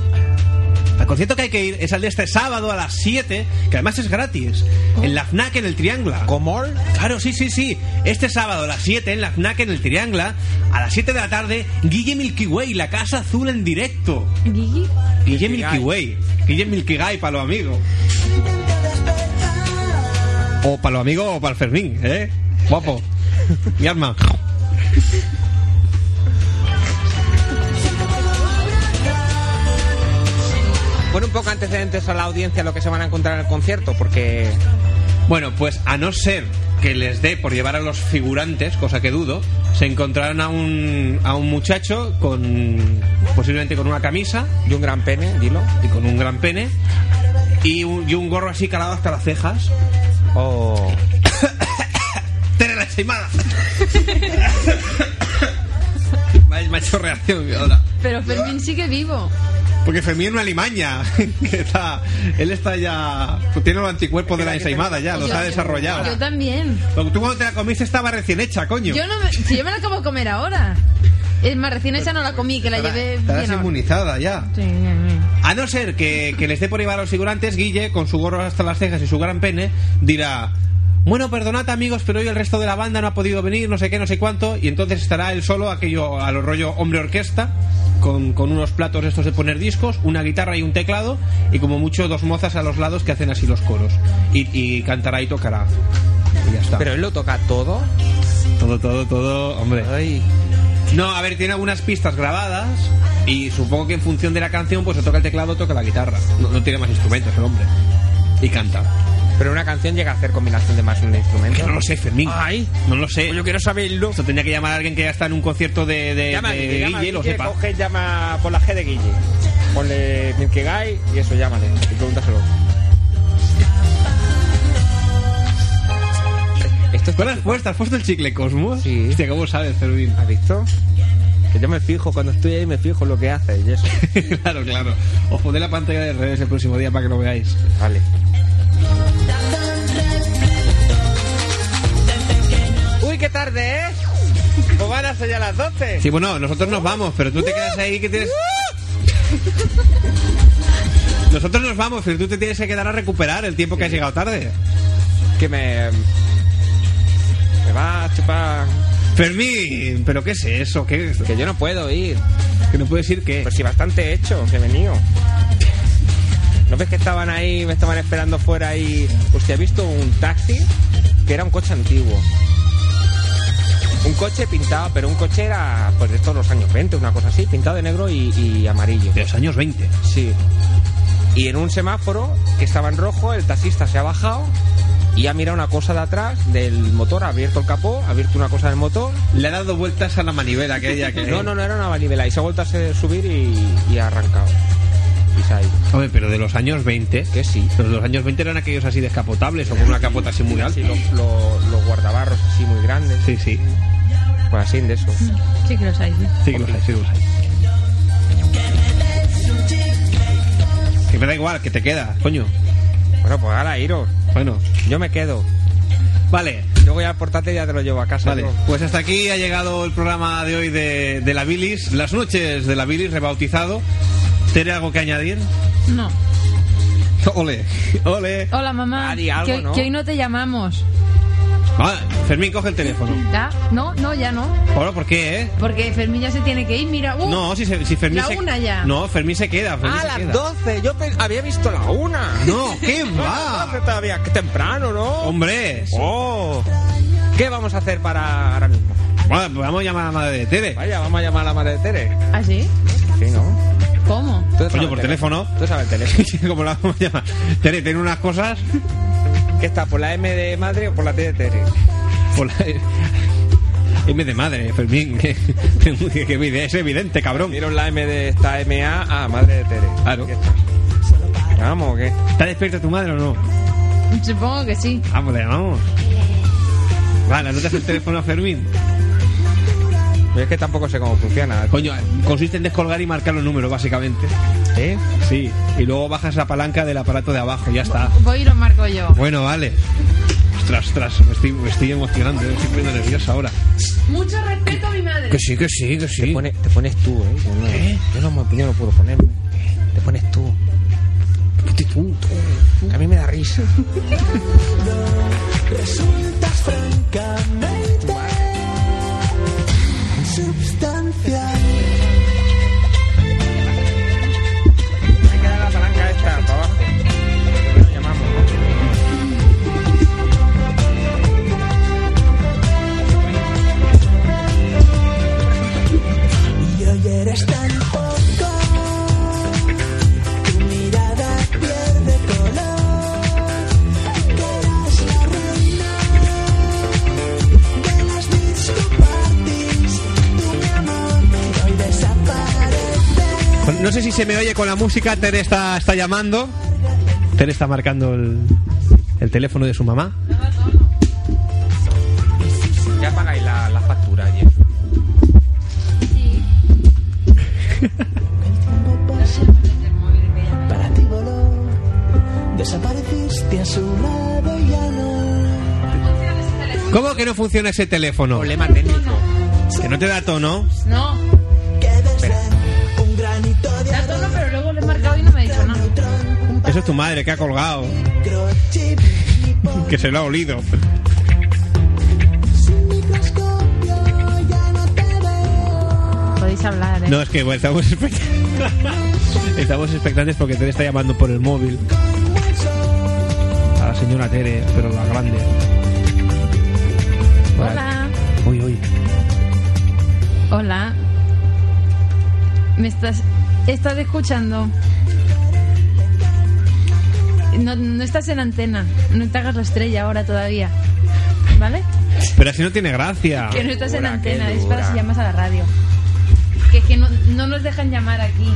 Speaker 3: Al concierto que hay que ir es al de este sábado a las 7, que además es gratis, en la FNAC en el Triangla.
Speaker 10: ¿Comor?
Speaker 3: Claro, sí, sí, sí. Este sábado a las 7 en la FNAC en el Triangla, a las 7 de la tarde, Guille Milky Way, la Casa Azul en directo.
Speaker 4: ¿Gigi?
Speaker 3: Guille Milky Way. Guille Milky Guy para los amigos. O para los amigos o para el Fermín, ¿eh? Guapo. Mi arma.
Speaker 10: Pon un poco antecedentes a la audiencia lo que se van a encontrar en el concierto, porque
Speaker 3: Bueno, pues a no ser que les dé por llevar a los figurantes, cosa que dudo, se encontraron a un, a un muchacho con posiblemente con una camisa
Speaker 10: y un gran pene, dilo,
Speaker 3: y con un gran pene y un, y un gorro así calado hasta las cejas.
Speaker 10: Oh.
Speaker 3: ¡Tere la Seimada! Vaya, me ha hecho reacción ahora.
Speaker 4: Pero Fermín sigue vivo.
Speaker 3: Porque Fermín es una limaña. Que está, él está ya. Tiene los anticuerpos de la ensaimada ya, los
Speaker 4: Yo-
Speaker 3: ha
Speaker 4: Yo
Speaker 3: desarrollado.
Speaker 4: también.
Speaker 3: Tú cuando te la comiste estaba recién hecha, coño.
Speaker 4: Yo no me, si yo me la acabo de comer ahora. Es más, recién esa no la comí, que la llevé
Speaker 3: Estarás
Speaker 4: bien ahora.
Speaker 3: inmunizada ya.
Speaker 4: Sí, sí,
Speaker 3: A no ser que, que les dé por llevar a los figurantes, Guille, con su gorro hasta las cejas y su gran pene, dirá... Bueno, perdonad amigos, pero hoy el resto de la banda no ha podido venir, no sé qué, no sé cuánto, y entonces estará él solo, aquello a lo rollo hombre orquesta, con, con unos platos estos de poner discos, una guitarra y un teclado, y como mucho dos mozas a los lados que hacen así los coros. Y, y cantará y tocará. Y ya está.
Speaker 10: Pero él lo toca todo.
Speaker 3: Todo, todo, todo, hombre. No, a ver, tiene algunas pistas grabadas y supongo que en función de la canción, pues o toca el teclado o toca la guitarra. No, no tiene más instrumentos el hombre. Y canta.
Speaker 10: Pero una canción llega a hacer combinación de más de un instrumento.
Speaker 3: Que no lo sé, Fermín.
Speaker 10: Ay. Pues
Speaker 3: No lo sé.
Speaker 10: yo quiero saberlo.
Speaker 3: Esto tendría que llamar a alguien que ya está en un concierto de, de,
Speaker 10: Llama,
Speaker 3: de
Speaker 10: Guille, llama,
Speaker 3: Guille y lo
Speaker 10: Guille,
Speaker 3: sepa.
Speaker 10: coge, llama por la G de Guille. Ponle Milky Guy y eso, llámale. Y pregúntaselo. Esto es
Speaker 3: ¿Cuál has puesto? ¿Has puesto el chicle Cosmos? Sí. Hostia, ¿cómo sabes, Fermín?
Speaker 10: ¿Has visto? Que yo me fijo, cuando estoy ahí me fijo lo que hace y eso.
Speaker 3: claro, claro. Os pondré la pantalla de revés el próximo día para que lo veáis.
Speaker 10: Vale. Uy, qué tarde, ¿eh? Pues van a
Speaker 17: hace ya las 12.
Speaker 3: Sí, bueno, nosotros nos vamos, pero tú te quedas ahí que tienes. Nosotros nos vamos, pero tú te tienes que quedar a recuperar el tiempo que has llegado tarde.
Speaker 10: Que me. Me va a chupar.
Speaker 3: Fermín, ¿pero qué es eso? ¿Qué
Speaker 10: Que yo no puedo ir.
Speaker 3: ¿Que no puedes ir qué?
Speaker 10: Pues si bastante he hecho, que he venido. ¿No ves que estaban ahí, me estaban esperando fuera y. Usted ha visto un taxi que era un coche antiguo. Un coche pintado, pero un coche era pues de todos los años 20, una cosa así, pintado de negro y, y amarillo.
Speaker 3: De los años 20.
Speaker 10: Sí. Y en un semáforo que estaba en rojo, el taxista se ha bajado y ha mirado una cosa de atrás del motor, ha abierto el capó, ha abierto una cosa del motor.
Speaker 3: Le ha dado vueltas a la manivela aquella que.
Speaker 10: No, no, no era una manivela y se ha vuelto a se- subir y, y ha arrancado. Y se ha ido.
Speaker 3: Hombre, pero de los años 20.
Speaker 10: Que sí.
Speaker 3: Los de los años 20 eran aquellos así descapotables o con una capota así muy alta.
Speaker 10: Así, los, los- los guardabarros así muy grandes.
Speaker 3: Sí, sí.
Speaker 10: Pues así de eso.
Speaker 4: Sí que ¿eh? los hay. sí.
Speaker 3: Sí, que los hay, sí, que los hay. Que me da igual, que te queda, coño.
Speaker 10: Bueno, pues ahora iros.
Speaker 3: Bueno,
Speaker 10: Yo me quedo.
Speaker 3: vale.
Speaker 10: Luego ya el portátil ya te lo llevo a casa.
Speaker 3: Vale,
Speaker 10: ¿no?
Speaker 3: pues hasta aquí ha llegado el programa de hoy de, de la bilis, las noches de la bilis rebautizado. ¿Tiene algo que añadir?
Speaker 4: No.
Speaker 3: Ole, ole.
Speaker 4: Hola, mamá.
Speaker 10: Adi, algo,
Speaker 4: que,
Speaker 10: ¿no?
Speaker 4: que hoy no te llamamos.
Speaker 3: Ah, Fermín, coge el teléfono.
Speaker 4: ¿Ya? No, no, ya no.
Speaker 3: Ahora, ¿por qué, eh?
Speaker 4: Porque Fermín ya se tiene que ir. Mira, uh,
Speaker 3: No, si, se- si Fermín
Speaker 4: La
Speaker 3: se...
Speaker 4: una ya.
Speaker 3: No, Fermín se queda. Fermín
Speaker 10: A
Speaker 3: se
Speaker 10: las
Speaker 3: queda.
Speaker 10: 12, yo pe- había visto la una.
Speaker 3: No, ¿qué
Speaker 10: No,
Speaker 3: va?
Speaker 10: las 12 todavía, que temprano, ¿no?
Speaker 3: Hombre,
Speaker 10: Oh. ¿Qué vamos a hacer para ahora mismo?
Speaker 3: Bueno, pues vamos a llamar a la madre de Tere.
Speaker 10: Vaya, vamos a llamar a la madre de Tere.
Speaker 4: ¿Ah, sí?
Speaker 10: Sí, ¿no?
Speaker 4: ¿Cómo?
Speaker 10: Tú sabes
Speaker 3: Coño,
Speaker 10: el
Speaker 3: por teléfono.
Speaker 10: Tú sabes el teléfono.
Speaker 3: ¿Cómo la vamos a llamar? Tere, tiene unas cosas.
Speaker 10: ¿Qué está? ¿Por la M de madre o por la T de Tere?
Speaker 3: Por la... M de madre, Fermín. Que, que- que- es evidente, cabrón.
Speaker 10: Vieron la M de esta MA a madre de Tere.
Speaker 3: Claro.
Speaker 10: ¿Qué está? Vamos, ¿o ¿qué?
Speaker 3: ¿Está despierta tu madre o no?
Speaker 4: Supongo que sí.
Speaker 3: Vamos, le llamamos. Vale, no te hace el teléfono a Fermín.
Speaker 10: Yo es que tampoco sé cómo funciona.
Speaker 3: Coño, consiste en descolgar y marcar los números, básicamente.
Speaker 10: ¿Eh?
Speaker 3: Sí. Y luego bajas la palanca del aparato de abajo, ya está.
Speaker 4: Voy y lo marco yo.
Speaker 3: Bueno, vale. Ostras, ostras, me estoy, me estoy emocionando, me estoy poniendo nervioso ahora.
Speaker 4: Mucho respeto a mi madre.
Speaker 3: sí, que sí, que
Speaker 10: Te,
Speaker 3: sí.
Speaker 10: pone- te pones tú, ¿eh? Yo no,
Speaker 3: ¿Qué?
Speaker 10: Yo no, me- yo no puedo ponerme. Te pones tú.
Speaker 3: Ponte tú.
Speaker 10: Que a mí me da risa.
Speaker 11: Resultas francamente substancial.
Speaker 10: Hay que dar la palanca esta para abajo. Lo llamamos,
Speaker 11: Y hoy eres tan poco. Tu mirada pierde color. Que eras la reina de las disco parties. Tú, mi amor, y hoy desapareces.
Speaker 3: No sé si se me oye con la música, Tere está, está llamando. Tere está marcando el, el teléfono de su mamá.
Speaker 10: ¿no? Ya pagáis la, la factura y eso.
Speaker 11: Para ti voló, desapareciste a su lado y ya no.
Speaker 3: ¿Cómo que no funciona ese teléfono?
Speaker 10: Problema técnico.
Speaker 3: Que no te da tono.
Speaker 4: No,
Speaker 11: Quedes en un granito de
Speaker 4: da
Speaker 11: arroz,
Speaker 4: tono, pero luego le he marcado y no me ha dicho nada.
Speaker 11: un
Speaker 3: Eso es tu madre que ha colgado,
Speaker 11: microchip y por
Speaker 3: que se lo ha olido.
Speaker 11: su microscopio ya no te veo.
Speaker 4: Podéis hablar, ¿eh?
Speaker 3: No, es que bueno, estamos expectantes. estamos expectantes porque Tere está llamando por el móvil
Speaker 11: Como el sol,
Speaker 3: a la señora Tere, pero la grande.
Speaker 4: Hola.
Speaker 3: Uy, uy.
Speaker 4: Hola. ¿Me estás, estás escuchando? No, no estás en antena. No te hagas la estrella ahora todavía. ¿Vale?
Speaker 3: Pero así no tiene gracia.
Speaker 4: Que no estás en
Speaker 10: dura, qué
Speaker 4: antena. Es para si
Speaker 10: dura.
Speaker 4: llamas a la radio. Que es que no, no nos dejan llamar aquí.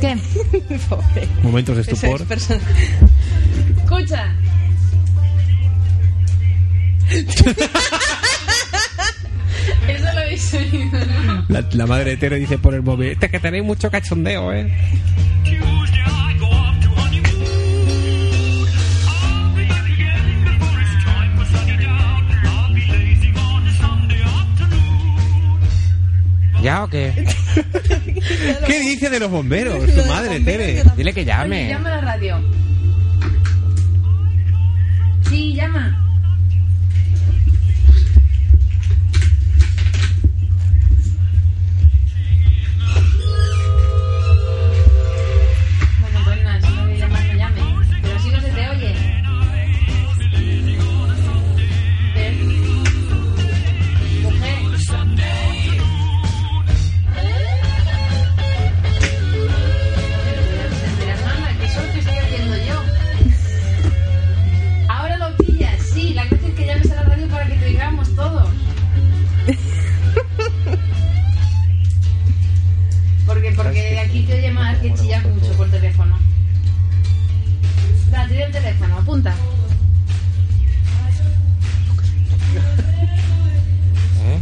Speaker 4: ¿Qué?
Speaker 18: Pobre.
Speaker 3: Momentos
Speaker 4: Pues
Speaker 3: de estupor.
Speaker 18: persona.
Speaker 4: Escucha. Eso lo habéis oído, ¿no?
Speaker 3: La, la madre de Tere dice por el móvil: Este que tenéis mucho cachondeo, eh.
Speaker 10: o qué?
Speaker 3: ¿Qué dice de los bomberos?
Speaker 4: Lo de
Speaker 3: Tu
Speaker 4: los
Speaker 3: madre,
Speaker 4: bomberos
Speaker 3: Tere.
Speaker 4: yo
Speaker 10: Dile que
Speaker 4: Oye,
Speaker 10: llame.
Speaker 4: llama a la radio. Sí, llama. Bueno, pues nada, si no voy a llamar, no llame. Pero si no se te oye. Ven. Mujer. Pero nada, que solo te estoy oyendo yo. Ahora lo pillas, sí. La cosa es que llames a la radio para que te oigamos todos. Porque, porque aquí te oye más que chillas mucho por teléfono. Dale, tira el teléfono, apunta.
Speaker 10: ¿Eh?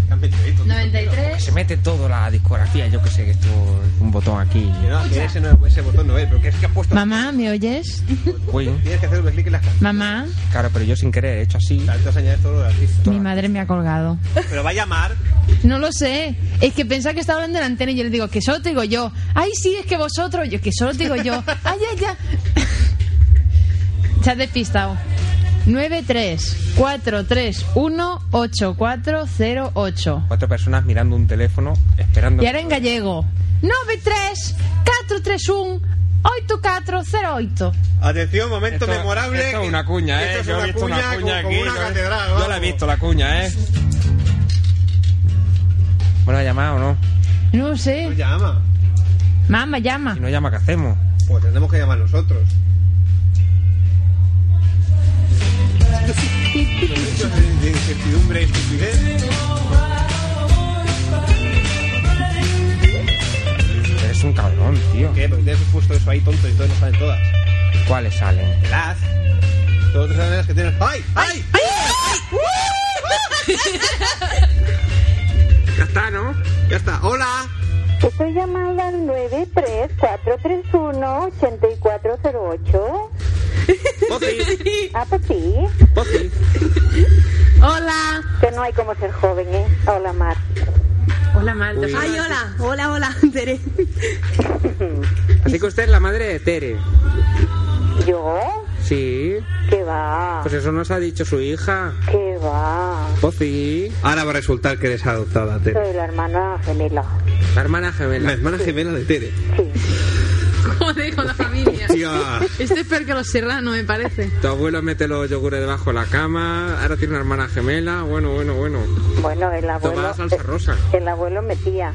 Speaker 4: 93.
Speaker 10: Se mete toda la discografía, yo que sé, que esto es un botón aquí.
Speaker 3: No, que ese, no es- ese botón no es, pero que es que has puesto.
Speaker 4: Mamá, ¿me oyes?
Speaker 10: Uy,
Speaker 3: Tienes que hacer doble clic en las canciones.
Speaker 4: Mamá,
Speaker 10: claro, pero yo sin querer he hecho así.
Speaker 3: Entonces añades todo lo de artista.
Speaker 4: mi madre me ha colgado.
Speaker 3: Pero va a llamar.
Speaker 4: No lo sé. Es que pensaba que estaba hablando de la antena y yo le digo, que solo te digo yo. Ay, sí, es que vosotros. Yo, que solo te digo yo. Ay, ay, ya. Te has despistado. 934318408.
Speaker 10: Cuatro personas mirando un teléfono, esperando.
Speaker 4: Y ahora en gallego. 934318408.
Speaker 3: Atención, momento
Speaker 10: Esto-
Speaker 3: memorable.
Speaker 10: Esto es una cuña, ¿eh?
Speaker 3: Esto es
Speaker 10: Yo he
Speaker 3: una
Speaker 10: visto
Speaker 3: cuña, como- como
Speaker 10: aquí,
Speaker 3: una
Speaker 10: yo-
Speaker 3: catedral.
Speaker 10: Yo la he visto, la cuña, ¿eh? Bueno, ha llamado o no.
Speaker 4: No sé.
Speaker 3: llama.
Speaker 4: Mamá, llama.
Speaker 10: Si no llama, ¿qué hacemos?
Speaker 3: Pues tendremos que llamar nosotros. Momentos de- de incertidumbre y estupidez.
Speaker 10: Eres un cabrón, tío.
Speaker 3: ¿Qué? Porque tienes puesto eso ahí tonto y todas no salen todas.
Speaker 10: ¿Cuáles salen?
Speaker 3: Haz. Todas las maneras que tienes. ¡Ay! ¡Ay! Ya está, ¿no? Ya está. ¡Hola!
Speaker 6: Estoy llamando al 93431-8408. Ah, pues sí.
Speaker 4: Hola.
Speaker 6: Que no hay como ser joven, ¿eh? Hola, Mar.
Speaker 4: Hola, Marta.
Speaker 19: Ay, hola, hola, hola, Tere.
Speaker 10: Así que usted es la madre de Tere.
Speaker 6: ¿Yo?
Speaker 10: Sí.
Speaker 6: ¿Qué va?
Speaker 10: Pues eso nos ha dicho su hija. Pues
Speaker 6: ¿Qué va?
Speaker 10: Pozi.
Speaker 3: Ahora va a resultar que eres adoptada, Tere.
Speaker 6: Soy la hermana gemela.
Speaker 10: La hermana gemela.
Speaker 3: La hermana gemela de Tere.
Speaker 4: ¿Cómo digo la familia?
Speaker 3: Hostia.
Speaker 4: Este es peor que los serranos, me parece.
Speaker 10: Tu abuelo mete los yogures debajo de la cama. Ahora tiene una hermana gemela. Bueno, bueno, bueno.
Speaker 6: Bueno, el
Speaker 10: Toma
Speaker 6: abuelo. eh,
Speaker 10: la salsa rosa.
Speaker 6: El abuelo metía.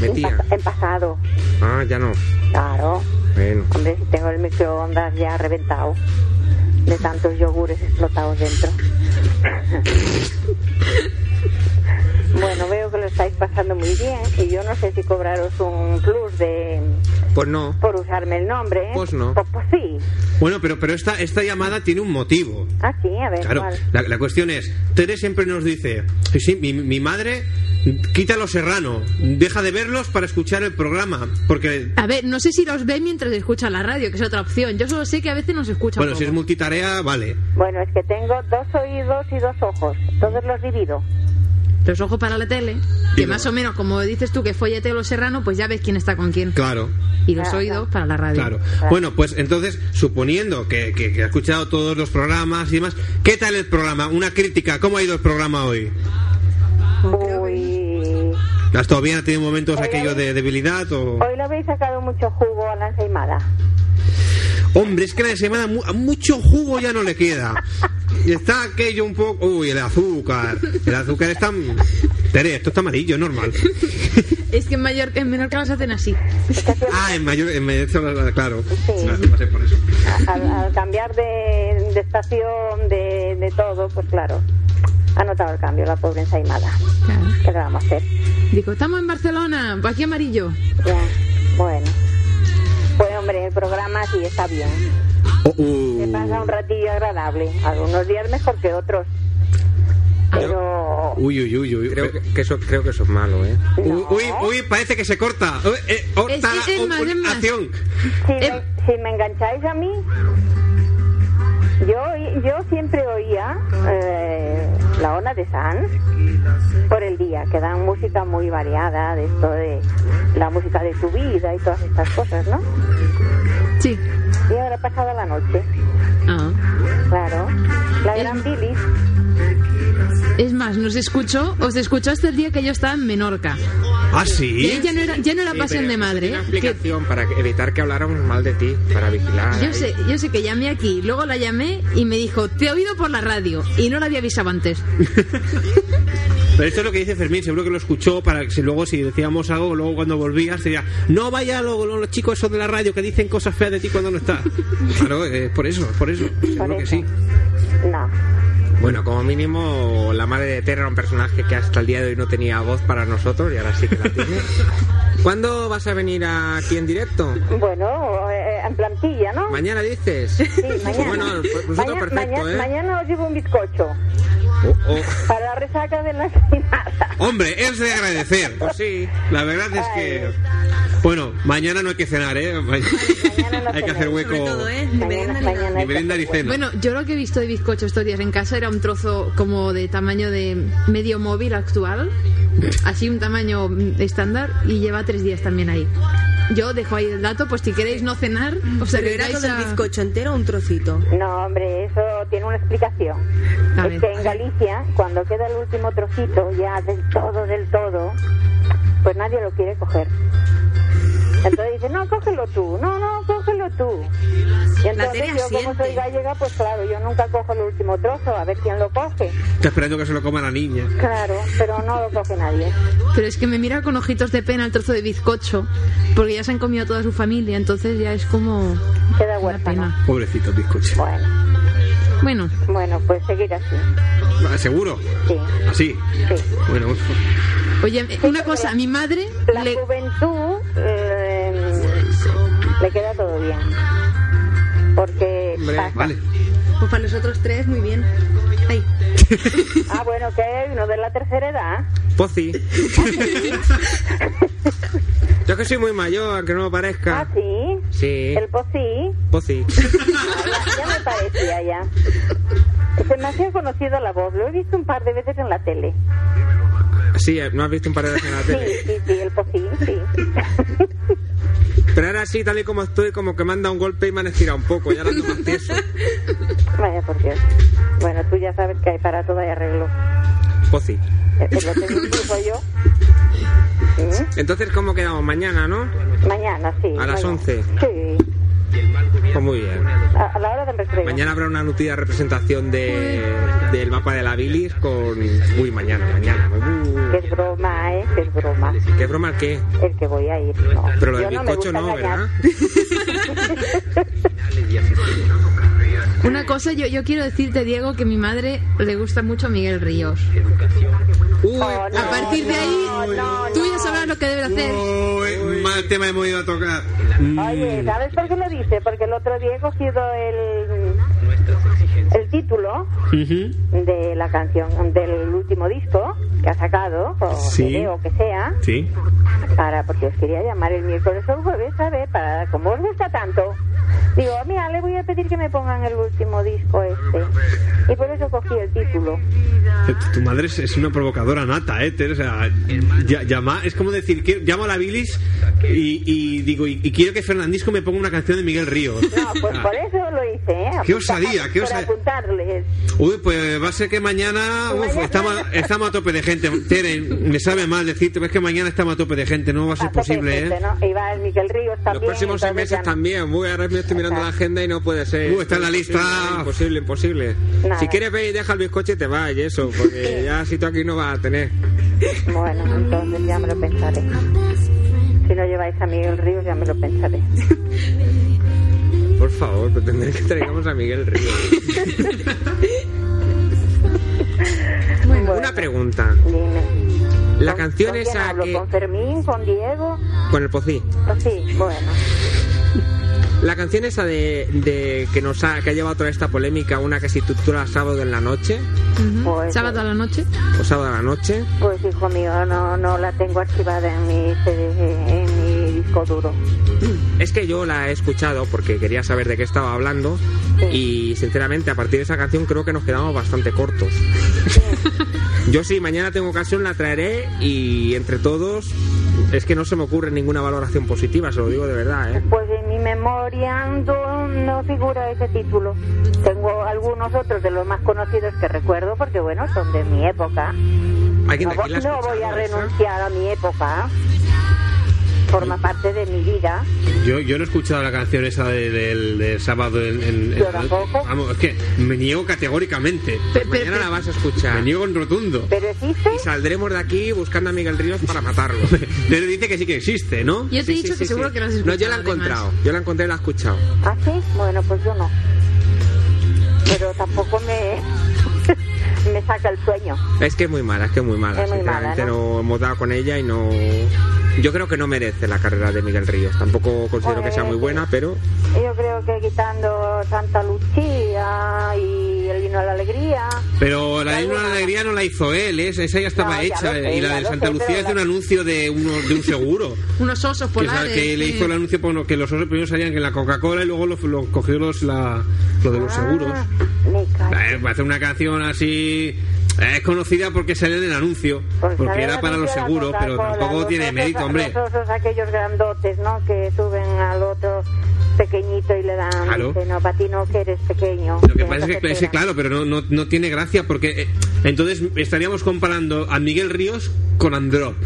Speaker 10: Metía.
Speaker 6: En, pas- en pasado.
Speaker 10: Ah, ya no.
Speaker 6: Claro.
Speaker 10: Bueno.
Speaker 6: Hombre, si tengo el microondas ya reventado. De tantos yogures explotados dentro. bueno, veo que lo estáis pasando muy bien. Y yo no sé si cobraros un plus de
Speaker 3: Pues no.
Speaker 6: por usarme el nombre. ¿eh?
Speaker 3: Pues no.
Speaker 6: Pues, pues sí.
Speaker 3: Bueno, pero, pero esta, esta llamada tiene un motivo.
Speaker 6: Ah, sí, a ver.
Speaker 3: Claro,
Speaker 6: ¿cuál?
Speaker 3: la, la cuestión es, Tere siempre nos dice, sí, sí, mi, mi madre quita los serrano, deja de verlos para escuchar el programa, porque,
Speaker 4: A ver, no sé si los ve mientras escucha la radio, que es otra opción. Yo solo sé que a veces nos escucha.
Speaker 3: bueno,
Speaker 4: poco.
Speaker 3: si es multitarea, vale.
Speaker 6: Bueno, es que tengo dos oídos y dos ojos. Todos los divido.
Speaker 4: Los ojos para la tele, que más o menos, como dices tú, que follete los serranos, pues ya ves quién está con quién.
Speaker 3: Claro,
Speaker 4: Y los oídos para la radio.
Speaker 3: claro. Bueno, pues entonces, suponiendo que, que- que ha escuchado todos los programas y demás, ¿qué tal el programa? Una crítica, ¿cómo ha ido el programa hoy?
Speaker 6: Uy.
Speaker 3: ¿Has todavía ha tenido momentos aquellos de debilidad o...?
Speaker 6: Hoy lo habéis sacado mucho jugo a la ensaimada.
Speaker 3: Hombre, es que la semana mu- a mucho jugo ya no le queda. Y está aquello un poco. Uy, el azúcar. El azúcar está. Tere, esto está amarillo, es normal.
Speaker 4: Es que en mayor, en menor caso hacen así.
Speaker 3: Ah, en mayor. En mayor claro.
Speaker 6: Sí.
Speaker 3: Claro, va a ser por eso.
Speaker 6: Al, al cambiar de, de estación, de, de todo, pues claro, ha notado el cambio la pobre ensaimada. ¿Qué le vamos a hacer?
Speaker 4: Digo, estamos en Barcelona, pues aquí amarillo.
Speaker 6: Ya, bueno. Pues hombre, el programa sí está bien.
Speaker 3: Oh,
Speaker 6: Se pasa un ratillo agradable. Algunos días mejor que otros. Pero...
Speaker 3: Uy, uy, uy, uy.
Speaker 10: Creo que, que eso, creo que eso es malo, ¿eh?
Speaker 3: Uy, uy, uy, parece que se corta. Uy, eh, corta
Speaker 6: Es que es
Speaker 3: la
Speaker 6: más, es más.
Speaker 3: acción.
Speaker 6: Si,
Speaker 4: Eh,
Speaker 6: me, si me engancháis a mí, yo, yo siempre oía eh, la Ona de Sanz por el día, que dan música muy variada, de esto de la música de tu vida y todas estas cosas, ¿no?
Speaker 4: Sí.
Speaker 6: Y ahora pasada la noche,
Speaker 4: Ah.
Speaker 6: claro. La gran Billy,
Speaker 4: Es más, nos escuchó, os escuchó hasta el día que yo estaba en Menorca.
Speaker 20: Ah, sí.
Speaker 4: Que ya no era, ya no era
Speaker 10: Sí,
Speaker 4: pasión
Speaker 10: pero
Speaker 4: de madre.
Speaker 10: Una
Speaker 4: ¿eh? Que-
Speaker 10: explicación para que- evitar que habláramos mal de ti, para vigilar.
Speaker 4: yo
Speaker 10: ahí.
Speaker 4: sé, yo sé que llamé aquí, luego la llamé y me dijo, te he oído por la radio y no la había avisado antes.
Speaker 3: Pero esto es lo que dice Fermín, seguro que lo escuchó para que si luego si decíamos algo, luego cuando volvías sería, no vaya lo- lo- los chicos esos de la radio que dicen cosas feas de ti cuando no estás. Claro, es por eso, es por eso, seguro que sí.
Speaker 6: no.
Speaker 10: Bueno, como mínimo, la madre de Terra era un personaje que hasta el día de hoy no tenía voz para nosotros y ahora sí que la tiene. ¿Cuándo vas a venir aquí en directo?
Speaker 6: Bueno, eh, en plantilla, ¿no?
Speaker 10: Mañana dices.
Speaker 6: Sí, mañana.
Speaker 10: Bueno, pues nosotros
Speaker 6: Maña-
Speaker 10: perfecto,
Speaker 6: maña-
Speaker 10: ¿eh?
Speaker 6: mañana os llevo un bizcocho
Speaker 10: Oh, oh.
Speaker 6: para la resaca de la quinada.
Speaker 3: Hombre, es de agradecer. Pues sí. La verdad es que. Bueno, mañana no hay que cenar, ¿eh? Ma- hay que hacer
Speaker 10: Pues
Speaker 3: hueco.
Speaker 6: ¿eh?
Speaker 7: ¿eh?
Speaker 3: Ni merienda ni cena.
Speaker 4: Bueno, yo lo que he visto de bizcocho estos días en casa era un trozo como de tamaño de medio móvil actual, así un tamaño mm, estándar, y lleva tres días también ahí. Yo dejo ahí el dato, pues si queréis no cenar, os
Speaker 7: ¿Pero era
Speaker 4: arriesgáis
Speaker 7: todo el
Speaker 4: a-
Speaker 7: bizcocho entero o un trocito?
Speaker 6: No, hombre, eso tiene una explicación.
Speaker 4: A
Speaker 6: es
Speaker 4: ver.
Speaker 6: que en Galicia, cuando queda el último trocito, ya del todo, del todo, pues nadie lo quiere coger. Entonces dice, no, cógelo tú, no, no, cógelo tú. Y
Speaker 7: La
Speaker 6: entonces
Speaker 7: Tere
Speaker 6: yo, como
Speaker 7: asiente.
Speaker 6: soy gallega, pues claro, yo nunca cojo el último trozo, a ver quién lo coge.
Speaker 3: Está esperando que se lo coma la niña.
Speaker 6: Claro, pero no lo coge nadie.
Speaker 4: Pero es que me mira con ojitos de pena el trozo de bizcocho, porque ya se han comido toda su familia, entonces ya es como
Speaker 6: Queda
Speaker 4: una pena.
Speaker 3: Pobrecito bizcocho.
Speaker 6: Bueno.
Speaker 4: Bueno.
Speaker 6: Bueno, pues seguir así.
Speaker 3: Ah, ¿Seguro?
Speaker 6: Sí.
Speaker 3: ¿Así? Bueno, bueno.
Speaker 4: Oye, una cosa, a mi madre
Speaker 6: La juventud eh, le queda todo bien. Porque pasa.
Speaker 21: Pues para nosotros tres, muy bien. Ay.
Speaker 6: Ah, bueno, que hay uno de la tercera edad.
Speaker 10: Pozi. Yo que soy muy mayor, aunque no me parezca.
Speaker 6: Ah, sí.
Speaker 10: Sí.
Speaker 6: El pocí.
Speaker 10: Pozi.
Speaker 6: Ya, ya me parecía ya. Se me hacía conocido la voz. Lo he visto un par de veces en la tele.
Speaker 10: Sí, eh, ¿no has visto un par de veces en la
Speaker 6: Sí,
Speaker 10: tele?
Speaker 6: sí, sí, el pocí, sí.
Speaker 10: Pero ahora sí, tal y como estoy, como que me han dado un golpe y me han estirado un poco. Ya ahora ando más tieso.
Speaker 6: Vaya, por Dios. Bueno, tú ya sabes que hay para todo y arreglo.
Speaker 10: Pozi.
Speaker 6: Eh, eh, Lo tengo incluso yo. ¿Mm?
Speaker 10: Entonces, ¿cómo quedamos? Mañana, ¿no?
Speaker 6: Mañana, sí.
Speaker 10: A las
Speaker 6: mañana.
Speaker 10: 11.
Speaker 6: Sí.
Speaker 10: Pues muy bien.
Speaker 6: A, a la hora del recreo.
Speaker 10: Mañana habrá una nutida representación de, del mapa de la bilis con... Uy, mañana, mañana.
Speaker 6: Que es broma, ¿eh? Que es broma.
Speaker 10: ¿Qué broma el qué?
Speaker 6: El que voy a ir, no.
Speaker 10: Pero lo
Speaker 6: Yo
Speaker 10: del
Speaker 6: no me
Speaker 10: bizcocho
Speaker 6: gusta
Speaker 10: no,
Speaker 6: engañar.
Speaker 4: Una cosa, yo, yo quiero decirte, Diego, que mi madre le gusta mucho Miguel Ríos.
Speaker 22: Oh,
Speaker 4: a partir de ahí, tú ya sabrás lo que debes hacer.
Speaker 3: Uy, mal tema hemos ido a tocar.
Speaker 6: Oye, ¿sabes por qué lo dice? Porque el otro día he cogido el, el título de la canción, del último disco que ha sacado, o
Speaker 23: Sí.
Speaker 6: CD o que sea,
Speaker 3: Sí.
Speaker 6: para porque os quería llamar el miércoles o el jueves, ¿sabes? Para, como os gusta tanto. Digo, mira, le voy a pedir que me pongan el último disco este. Y por eso cogí el título.
Speaker 3: Tu madre es- es una provocadora nata, ¿eh? Ter? O sea, ya- llama, es como decir, que llamo a la bilis y, y digo, y, y quiero que Fernandisco me ponga una canción de Miguel Ríos.
Speaker 6: No, pues
Speaker 3: Ah.
Speaker 6: por eso lo hice, ¿eh?
Speaker 3: Qué
Speaker 6: Apunta-
Speaker 3: osadía, qué
Speaker 6: por
Speaker 3: osadía.
Speaker 6: apuntarles.
Speaker 3: Uy, pues va a ser que mañana uf, estamos, estamos a tope de gente. Tere, me sabe mal decirte, pero es que mañana estamos a tope de gente, no va a ser posible,
Speaker 6: Este,
Speaker 3: ¿eh?
Speaker 6: ¿no? Y va el Miguel Ríos
Speaker 10: Los
Speaker 6: también.
Speaker 10: próximos seis
Speaker 6: entonces ya
Speaker 10: meses también. Uy, ahora me estoy mirando la agenda y no puede ser.
Speaker 3: Uh, está en la lista.
Speaker 10: Imposible, imposible.
Speaker 6: Nada.
Speaker 10: Si quieres venir, deja el bizcocho y te vas y eso, porque ya si tú aquí no vas a tener.
Speaker 6: Bueno, entonces ya me lo pensaré. Si no lleváis a Miguel Ríos, ya me lo pensaré.
Speaker 10: Por favor, pero tendré que traigamos a Miguel Río. Una pregunta. La canción
Speaker 6: ¿Con quién
Speaker 10: esa
Speaker 6: hablo?
Speaker 10: que...
Speaker 6: ¿Con Fermín? ¿Con Diego?
Speaker 10: Con el pocí.
Speaker 6: Pues sí, bueno.
Speaker 10: La canción esa de, de que nos ha, que ha llevado toda esta polémica, una que si tú, tú la sábado en la noche
Speaker 6: Pues,
Speaker 4: Sábado a la noche.
Speaker 10: o sábado a la noche,
Speaker 6: Pues hijo mío, no, no la tengo archivada en mi, CD, en mi disco duro.
Speaker 10: es que yo la he escuchado porque quería saber de qué estaba hablando Y sinceramente, a partir de esa canción creo que nos quedamos bastante cortos. Yo sí, mañana tengo ocasión, la traeré y entre todos es que no se me ocurre ninguna valoración positiva, se lo digo de verdad, ¿eh?
Speaker 22: Pues en mi memoria no, no figura ese título. Tengo algunos otros de los más conocidos que recuerdo porque, bueno, son de mi época.
Speaker 10: ¿Alguien
Speaker 22: No,
Speaker 10: de aquí la ha
Speaker 22: vo- no
Speaker 10: escuchado,
Speaker 22: voy a
Speaker 10: esa?
Speaker 22: renunciar a mi época. Forma parte de mi vida.
Speaker 24: Yo, yo no he escuchado la canción esa de- del del sábado en... en- en-
Speaker 22: Yo tampoco.
Speaker 24: Vamos, es que me niego categóricamente.
Speaker 10: Mañana la vas a escuchar.
Speaker 24: Me niego en rotundo.
Speaker 22: ¿Pero existe?
Speaker 10: Y saldremos de aquí buscando a Miguel Ríos para matarlo.
Speaker 24: Pero dice que sí que existe, ¿no?
Speaker 10: Sí, sí, sí, sí. No, yo la he encontrado. Yo la encontré y la he escuchado.
Speaker 22: ¿Ah, sí? Bueno, pues yo no. Pero tampoco me, me saca el sueño.
Speaker 10: Es que es muy mala, es que es muy mala.
Speaker 22: Es muy mala,
Speaker 10: Sinceramente ¿no? hemos dado con ella y no. Yo creo que no merece la carrera de Miguel Ríos. Tampoco considero que sea muy buena, pero
Speaker 22: Yo creo que quitando Santa Lucía y el vino a la alegría.
Speaker 3: Pero la de Himno a la Alegría no la hizo él, ¿eh? esa ya estaba
Speaker 22: No, ya
Speaker 3: hecha. ¿eh?
Speaker 22: lo sé,
Speaker 3: y la
Speaker 22: ya
Speaker 3: de
Speaker 22: lo
Speaker 3: Santa
Speaker 22: sé,
Speaker 3: Lucía
Speaker 22: pero
Speaker 3: es de un
Speaker 22: la-
Speaker 3: anuncio de, uno, de un seguro.
Speaker 4: Unos osos
Speaker 3: que, es la
Speaker 4: polares. eh,
Speaker 3: que le hizo el anuncio bueno, que los osos primero salían que la Coca-Cola y luego lo, lo cogió los, la, lo de
Speaker 22: Ah,
Speaker 3: los seguros. Eh, va a hacer una canción así. eh, Es conocida porque sale en el anuncio, porque
Speaker 22: ¿sabes
Speaker 3: era
Speaker 22: la
Speaker 3: para los
Speaker 22: canción de la
Speaker 3: seguros, pero
Speaker 22: Coca-Cola?
Speaker 3: tampoco
Speaker 22: Los
Speaker 3: tiene
Speaker 22: osos-
Speaker 3: mérito, hombre.
Speaker 22: Los osos aquellos grandotes, ¿no? Que suben al otro pequeñito y le dan...
Speaker 3: Claro.
Speaker 22: dice, no, para ti no, que eres pequeño.
Speaker 3: Lo que pasa es que, ese, claro, pero no, no, no tiene gracia porque eh, entonces estaríamos comparando a Miguel Ríos con Androp.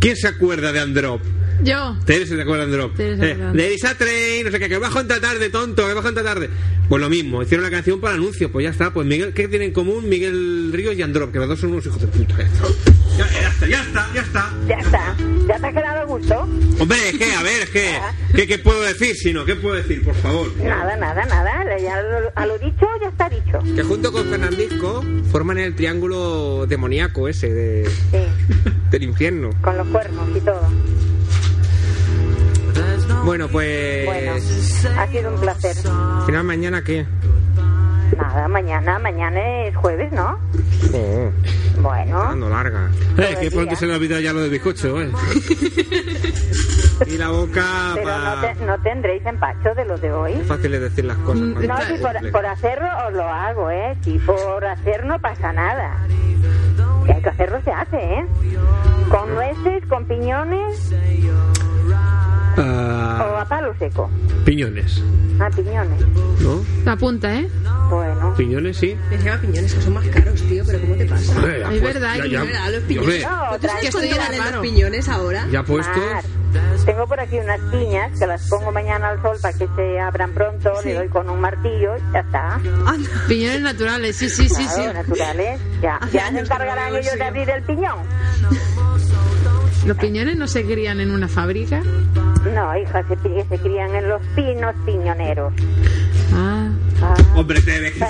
Speaker 3: ¿Quién se acuerda de Androp?
Speaker 4: Yo.
Speaker 3: Ustedes se acuerdan de Drop.
Speaker 4: Ustedes se acuerdan.
Speaker 3: de Elisa Train, Eh, no sé qué, que bajo en esta tarde, tonto, que bajo en esta tarde. Pues lo mismo, hicieron la canción para anuncios, pues ya está. Pues Miguel, ¿qué tienen en común Miguel Ríos y Androp? Que los dos son unos hijos de puta. Ya, ya está, ya está, ya está.
Speaker 22: Ya está. ¿Ya te ha quedado a gusto?
Speaker 3: Hombre, es que, a ver, es que, ¿qué, qué puedo decir si no? ¿Qué puedo decir, por favor?
Speaker 22: Nada, nada, nada. Ya lo, a lo dicho, ya está dicho.
Speaker 10: que junto con Fernandisco forman el triángulo demoníaco ese de... del infierno.
Speaker 22: Con los cuernos y todo.
Speaker 10: Bueno, pues.
Speaker 22: Bueno, ha sido un placer.
Speaker 10: Al final, mañana qué?
Speaker 22: Nada, mañana, mañana es jueves, ¿no?
Speaker 10: Oh,
Speaker 22: Bueno,
Speaker 10: ando larga.
Speaker 3: Ah. Eh, que pronto se le ha olvidado ya lo de bizcocho, eh.
Speaker 10: Y la boca
Speaker 22: pero no,
Speaker 10: para.
Speaker 22: te- no tendréis empacho de lo de hoy.
Speaker 10: Fácil es decir las cosas. más
Speaker 22: No, si por,
Speaker 10: complejas.
Speaker 22: por hacerlo os lo hago, ¿eh? Si por hacer no pasa nada. Si hay que hacerlo, se hace, ¿eh? Con nueces, con piñones o
Speaker 3: Ah,
Speaker 22: a palo seco.
Speaker 3: piñones,
Speaker 22: A piñones.
Speaker 3: ¿no?
Speaker 4: La punta, ¿eh?
Speaker 22: Bueno.
Speaker 3: Piñones, sí.
Speaker 6: Encima piñones que son más caros, tío, pero ¿cómo te pasa?
Speaker 3: Hombre, ya, Es pues, verdad, ya,
Speaker 6: que
Speaker 3: ya.
Speaker 6: los
Speaker 3: Hombre.
Speaker 6: piñones.
Speaker 3: No,
Speaker 6: ¿Tú
Speaker 22: otra
Speaker 6: sabes
Speaker 22: vez
Speaker 6: cuánto
Speaker 22: estoy
Speaker 6: valen
Speaker 22: raro.
Speaker 6: los piñones ahora?
Speaker 3: Ya puestos.
Speaker 22: Mar, tengo por aquí unas piñas que las pongo mañana al sol para que se abran pronto. Le doy con un martillo y ya está.
Speaker 4: Piñones naturales, sí, sí, sí, sí.
Speaker 22: Claro, naturales. Ya, ya se encargarán ellos de abrir el piñón.
Speaker 4: Los piñones no se crían en una fábrica.
Speaker 22: No, hija, se, pi- se crían en los pinos piñoneros.
Speaker 4: Ah.
Speaker 3: Hombre, te dejes.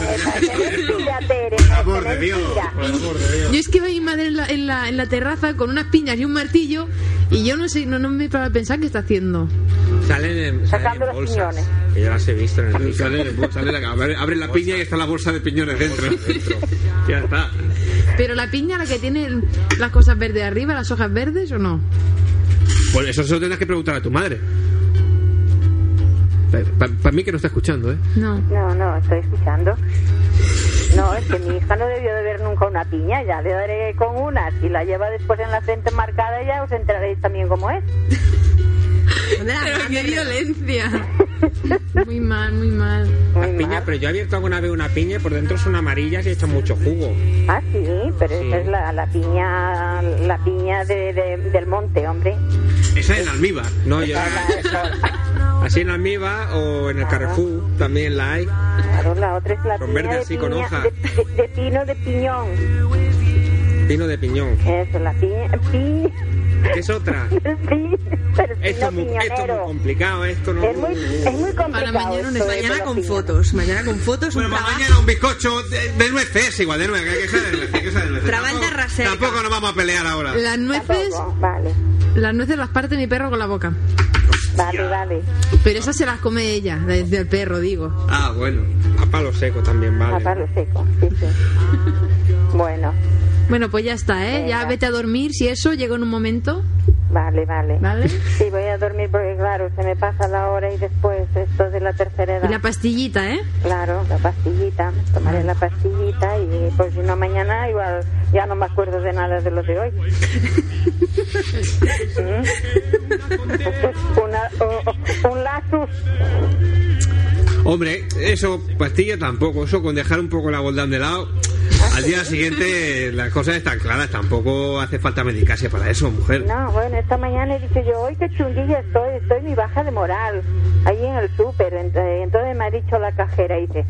Speaker 22: Mira, Tere,
Speaker 3: Por de Dios, por el amor de Dios.
Speaker 4: Yo es que veía mi madre en la, en, la, en la terraza con unas piñas y un martillo y yo no sé, no, no me para pensar qué está haciendo.
Speaker 10: Salen en, salen
Speaker 4: Sacando
Speaker 10: en
Speaker 4: los
Speaker 10: bolsas.
Speaker 4: piñones.
Speaker 10: Que ya las he visto en el
Speaker 3: Salen en bolsas, salen acá. Abre- abre la piña y está la bolsa de piñones dentro. ya está.
Speaker 4: Pero la piña, la que tiene las cosas verdes arriba, las hojas verdes o no?
Speaker 3: Pues eso se lo tendrás que preguntar a tu madre. Para mí que no está escuchando, ¿eh?
Speaker 4: No.
Speaker 22: No, no, estoy escuchando. No, es que mi hija no debió de ver nunca una piña. Ya le daré con una. Si la lleva después en la frente marcada, ya os enteraréis también cómo es.
Speaker 4: Pero qué violencia. Muy mal, muy mal.
Speaker 10: Las piñas, pero yo he abierto alguna vez una piña y por dentro son amarillas y echan mucho jugo.
Speaker 22: Ah, sí, pero
Speaker 10: Sí.
Speaker 22: esa es la, la piña, la piña de- de- del monte, hombre.
Speaker 3: Esa en almíbar.
Speaker 10: No, yo Así en almíbar o en el Carrefour también la hay.
Speaker 22: Claro, la otra es la
Speaker 10: Con
Speaker 22: piña,
Speaker 10: verde
Speaker 22: de,
Speaker 10: así, con
Speaker 22: piña-
Speaker 10: hoja.
Speaker 22: de- de- de pino de piñón.
Speaker 10: Pino de piñón.
Speaker 22: Eso, la piña, piña,
Speaker 10: ¿Qué es otra?
Speaker 22: sí, pero pino
Speaker 10: Esto es muy, esto es muy
Speaker 22: piñonero.
Speaker 10: complicado, esto no.
Speaker 22: Es muy, es muy complicado. esto, eh,
Speaker 6: Mañana
Speaker 22: pero
Speaker 6: con
Speaker 22: piña.
Speaker 6: fotos, mañana con
Speaker 10: pues
Speaker 6: fotos.
Speaker 3: Bueno,
Speaker 6: un
Speaker 3: para
Speaker 6: trabajo.
Speaker 3: mañana un bizcocho de, de nueces, igual, de nueces, que sea de nueces, que sea de nueces.
Speaker 6: Trabanda
Speaker 3: Tampoco-
Speaker 6: raseca.
Speaker 3: Tampoco nos vamos a pelear ahora.
Speaker 4: Las nueces. Las nueces las parte mi perro con la boca.
Speaker 22: Vale, vale.
Speaker 4: Pero esas se las come ella, desde el perro, digo.
Speaker 10: Ah, bueno. A palo seco también vale.
Speaker 22: A palo seco, sí, sí. Bueno,
Speaker 4: Bueno, pues ya está, ¿eh? Ya
Speaker 22: Venga.
Speaker 4: vete a dormir, si eso, llega en un momento.
Speaker 22: vale, vale.
Speaker 4: ¿Vale?
Speaker 22: Sí, voy a dormir porque, claro, claro, se me pasa la hora y después esto de la tercera edad.
Speaker 25: Y la pastillita, ¿eh?
Speaker 22: Claro, la pastillita, tomaré la pastillita y pues si no mañana igual ya no me acuerdo de nada de lo de hoy. ¿Mm? Una- o- o- un lapsus.
Speaker 26: Hombre, eso, pastilla tampoco. Eso con dejar un poco la boldán de lado.
Speaker 22: Ah,
Speaker 26: Al día siguiente las cosas están claras. Tampoco hace falta medicarse para eso, mujer.
Speaker 22: No, bueno, esta mañana he dicho yo, hoy qué chunguilla estoy, estoy mi baja de moral, ahí en el súper. Ent- eh, Entonces me ha dicho la cajera, y dice,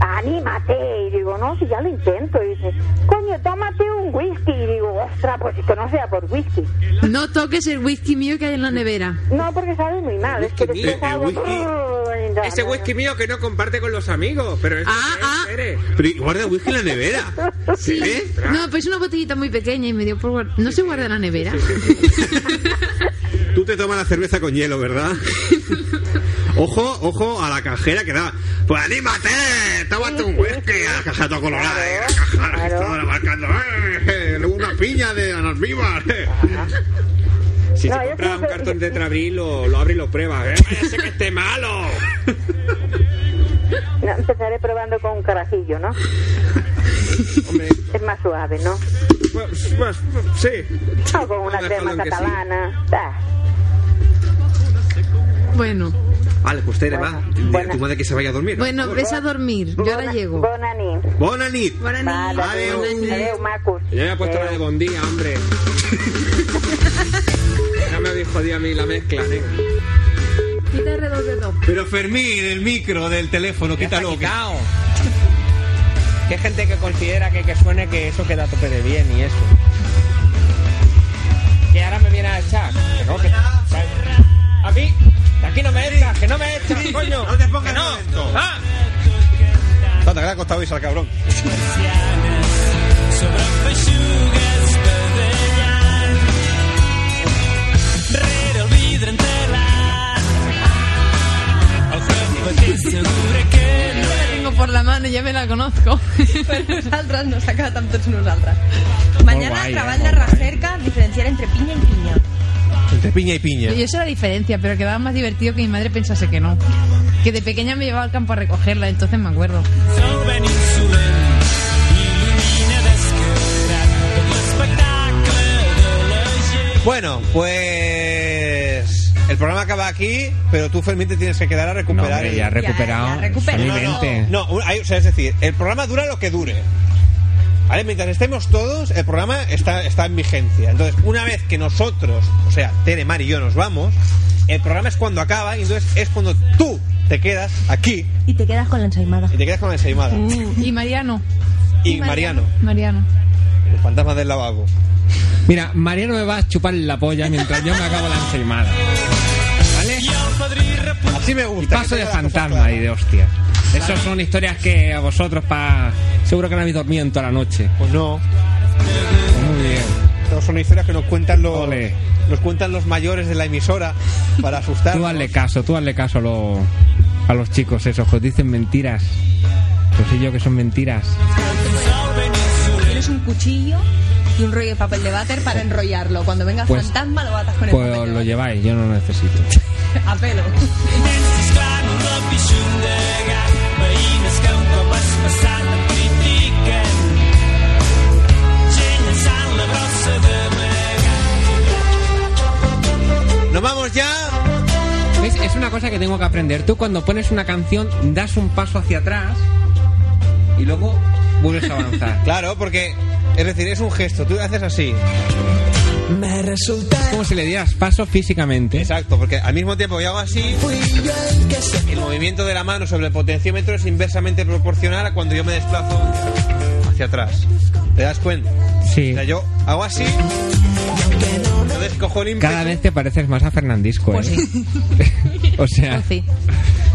Speaker 22: anímate. Y digo, no, si ya lo intento. Y dice, coño, tómate un whisky. Y digo, ostra, pues que no sea por whisky.
Speaker 25: No toques el whisky mío que hay en la nevera.
Speaker 22: No, porque sabe muy mal, es que
Speaker 27: whisky
Speaker 22: después
Speaker 27: mío, el
Speaker 22: hago...
Speaker 27: whisky.
Speaker 22: Uy, no,
Speaker 27: Ese
Speaker 22: no,
Speaker 27: whisky mío que no comparte con los amigos. Pero eso
Speaker 25: Ah,
Speaker 27: qué es,
Speaker 25: ah.
Speaker 27: Tere? Pero guarda whisky en la nevera.
Speaker 25: Sí.
Speaker 27: ¿Eh?
Speaker 25: No, pero es una botellita muy pequeña y me dio por guardar. No se guarda en la nevera.
Speaker 26: Tú te tomas la cerveza con hielo, ¿verdad? Ojo, ojo a la cajera que da. Pues anímate, tómate un whisky. A la caja toda colorada, ¿eh? La caja toda marcando. ¡eh! Luego una piña de eh. anarmíbar.
Speaker 27: Si
Speaker 22: No,
Speaker 27: se
Speaker 22: yo
Speaker 27: compra
Speaker 22: creo
Speaker 27: un
Speaker 22: que-
Speaker 27: cartón de trabril, lo, lo abre y lo prueba. ¿eh? ¡Vaya, sé que esté malo!
Speaker 22: no, empezaré probando con un carajillo, ¿no? Es más suave, ¿no?
Speaker 27: Pues, pues, sí.
Speaker 22: O con una
Speaker 27: Vamos a dejarlo
Speaker 22: crema
Speaker 27: en que sí.
Speaker 22: catalana. Ah.
Speaker 25: Bueno,
Speaker 26: Vale, pues Tere, va. Dile a tu madre que se vaya a dormir.
Speaker 25: bueno, ves a dormir. Yo ahora llego.
Speaker 22: Bonani.
Speaker 26: Bona nit.
Speaker 22: Vale,
Speaker 26: Adeu.
Speaker 22: adeu, Macus.
Speaker 27: Yo me he puesto la de buen día, hombre. ya me habéis jodido a mí la mezcla, ¿eh?
Speaker 25: Quita el redoblado.
Speaker 9: Pero Fermín, el micro del teléfono, quítalo. que-
Speaker 3: Que hay gente que considera que, que suene que eso queda a tope de bien y eso.
Speaker 10: Que ahora me viene a echar. Que no, que-
Speaker 3: A mí, aquí no me echas, que no me echas, coño. No te pongas no.
Speaker 10: ¡Ah!
Speaker 3: Tanta que le ha costado irse al cabrón.
Speaker 11: Rere el vidre entelat El cuerpo que segura que no
Speaker 25: La tengo por la mano, ya me la conozco.
Speaker 6: Nosaltres no s'ha quedat amb tots nosaltres.
Speaker 3: Molt
Speaker 6: Mañana
Speaker 3: guai, eh?
Speaker 6: treball de
Speaker 3: Molt guai.
Speaker 6: recerca, diferenciar entre pinya i pinya.
Speaker 3: Entre piña y piña.
Speaker 4: Y eso era la diferencia, pero quedaba más divertido que mi madre pensase que no. Que de pequeña me llevaba al campo a recogerla, entonces me acuerdo.
Speaker 11: Sol peninsulant Il·lumina descarat Tot l'espectacle de la gent
Speaker 3: Bueno, pues. El programa acaba aquí, pero tú, Fermín, te tienes que quedar a
Speaker 10: No,
Speaker 3: recuperar.
Speaker 10: hombre,
Speaker 3: el-
Speaker 10: ya ha recuperado. solamente.
Speaker 3: No, un- hay- o sea, es decir, el programa dura lo que dure. ¿Vale? Mientras estemos todos, el programa está, está en vigencia. Entonces, una vez que nosotros, o sea, Tere, Mar y yo nos vamos, el programa es cuando acaba y entonces es cuando tú te quedas aquí
Speaker 6: I te quedas con l'ensaimada.
Speaker 3: y te quedas con la ensaimada.
Speaker 4: Y Mariano.
Speaker 3: Y Mariano, Ah.
Speaker 4: Mariano.
Speaker 3: el fantasma del lavabo.
Speaker 10: Mira, Mariano me va a chupar la polla mientras yo me acabo la ensaimada. ¿Vale?
Speaker 3: Así me gusta.
Speaker 10: Paso de fantasma y de hostia. Esas son historias que a vosotros pa... Seguro que no habéis dormido en toda la noche.
Speaker 3: Pues no.
Speaker 10: Muy bien.
Speaker 3: Todos son historias que nos cuentan los,
Speaker 10: Ole.
Speaker 3: nos cuentan los mayores de la emisora para asustar.
Speaker 10: Tú hazle caso, tú hazle caso a, los- a los chicos esos que os dicen mentiras. Pues sí, yo que son mentiras.
Speaker 6: Tienes un cuchillo y un rollo de papel de váter para enrollarlo. Cuando venga
Speaker 10: Pues-
Speaker 6: fantasma lo batas con el
Speaker 10: Pues
Speaker 6: papel
Speaker 10: os
Speaker 6: de
Speaker 10: lo lleváis, yo no lo necesito.
Speaker 6: váter. A pelo.
Speaker 11: Nens esclant un lapixun de gat Veïnes que un cop has passat em critiquen Gent llançant la brossa d'amagat
Speaker 3: Nos vamos ya.
Speaker 10: ¿Ves? Es una cosa que tengo que aprender. Tú cuando pones una canción das un paso hacia atrás y luego vuelves a avanzar.
Speaker 3: Claro, porque es decir, es un gesto. Tú haces así.
Speaker 11: Me resulta
Speaker 10: Como si le dieras paso físicamente.
Speaker 3: Exacto, porque al mismo tiempo yo hago así. El movimiento de la mano sobre el potenciómetro es inversamente proporcional a cuando yo me desplazo hacia atrás. ¿Te das cuenta? O
Speaker 10: Sí.
Speaker 3: sea, yo hago así. Entonces cojo el
Speaker 10: Cada
Speaker 3: ímpetu.
Speaker 10: vez te pareces más a Fernandisco, ¿eh? o sea,
Speaker 4: Sí.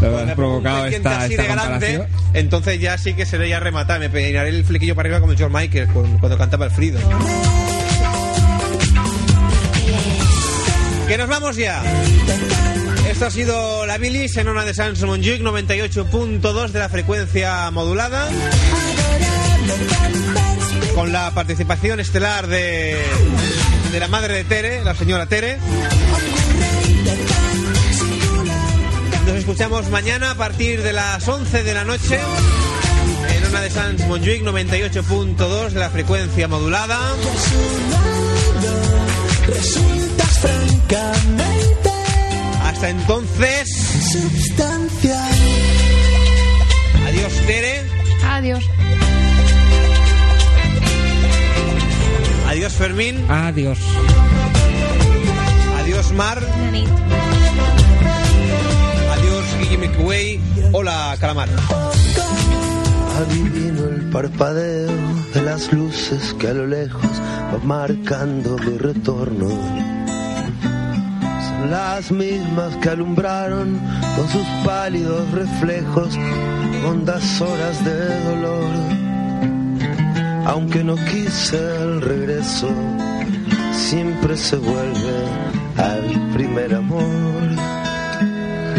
Speaker 10: lo
Speaker 3: Cuando
Speaker 10: has
Speaker 3: me
Speaker 10: provocado
Speaker 3: siente
Speaker 10: esta,
Speaker 3: así
Speaker 10: esta
Speaker 3: de grande,
Speaker 10: comparación.
Speaker 3: entonces ya sí que seré ya rematar. Me peinaré el flequillo para arriba como el George Michael cuando, cuando cantaba el Frido. Que nos vamos ya. Esto ha sido la bilis en una de Samsung Montjuic 98.2 de la frecuencia modulada. Con la participación estelar de, de la madre de Tere, la señora Tere. Nos escuchamos mañana a partir de las 11 de la noche en una de Sans Montjuic 98.2 de la frecuencia modulada.
Speaker 11: Resultas francamente
Speaker 3: Hasta entonces,
Speaker 11: sustancial.
Speaker 3: adiós Tere,
Speaker 4: Adiós.
Speaker 3: adiós Fermín,
Speaker 28: Adiós.
Speaker 3: adiós Mar, adiós Guille Cuey, hola Calamar.
Speaker 10: Adivino el parpadeo de las luces que a lo lejos va marcando mi retorno. Son las mismas que alumbraron con sus pálidos reflejos hondas horas de dolor. Aunque no quise el regreso, siempre se vuelve al primer amor.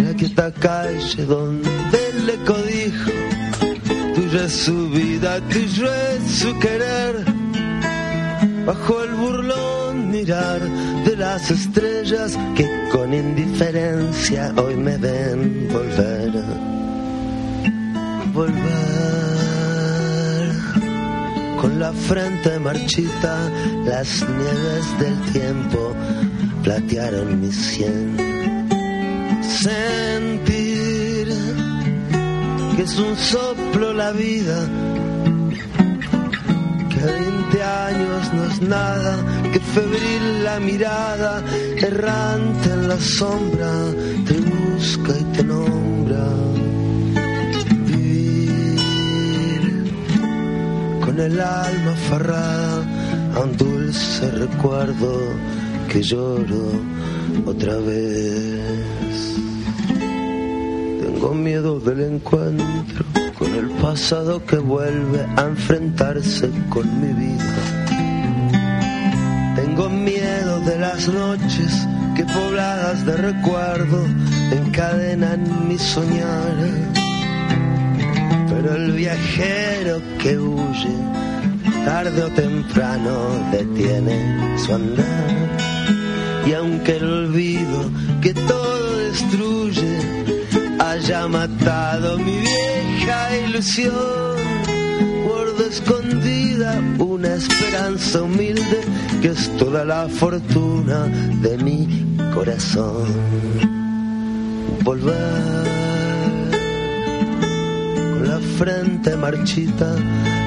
Speaker 10: La quieta calle donde le eco dijo tuya es su vida, tuyo es su querer. Bajo el burlón mirar de las estrellas que con indiferencia hoy me ven volver. Volver con la frente marchita, las nieves del tiempo platearon mi sien. Sentir que es un soplo la vida, que a 20 años no es nada, que febril la mirada, errante en la sombra, te busca y te nombra. Vivir con el alma aferrada a un dulce recuerdo que lloro otra vez. Tengo miedo del encuentro con el pasado que vuelve a enfrentarse con mi vida. Tengo miedo de las noches que pobladas de recuerdo encadenan mi soñar. Pero el viajero que huye, tarde o temprano detiene su andar. Y aunque el olvido que todo destruye haya matado mi vieja ilusión, guardo escondida una esperanza humilde que es toda la fortuna de mi corazón. Volver con la frente marchita,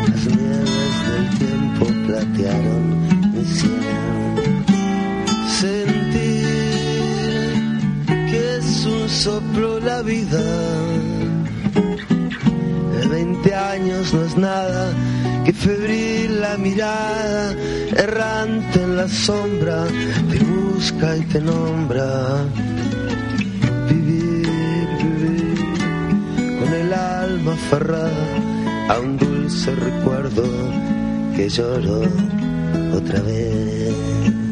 Speaker 10: las nieves del tiempo platearon mi cielo. Sentir que es un soplo la vida. De 20 años no es nada que febril la mirada, errante en la sombra, te busca y te nombra. Vivir, vivir con el alma aferrada a un dulce recuerdo que lloro otra vez.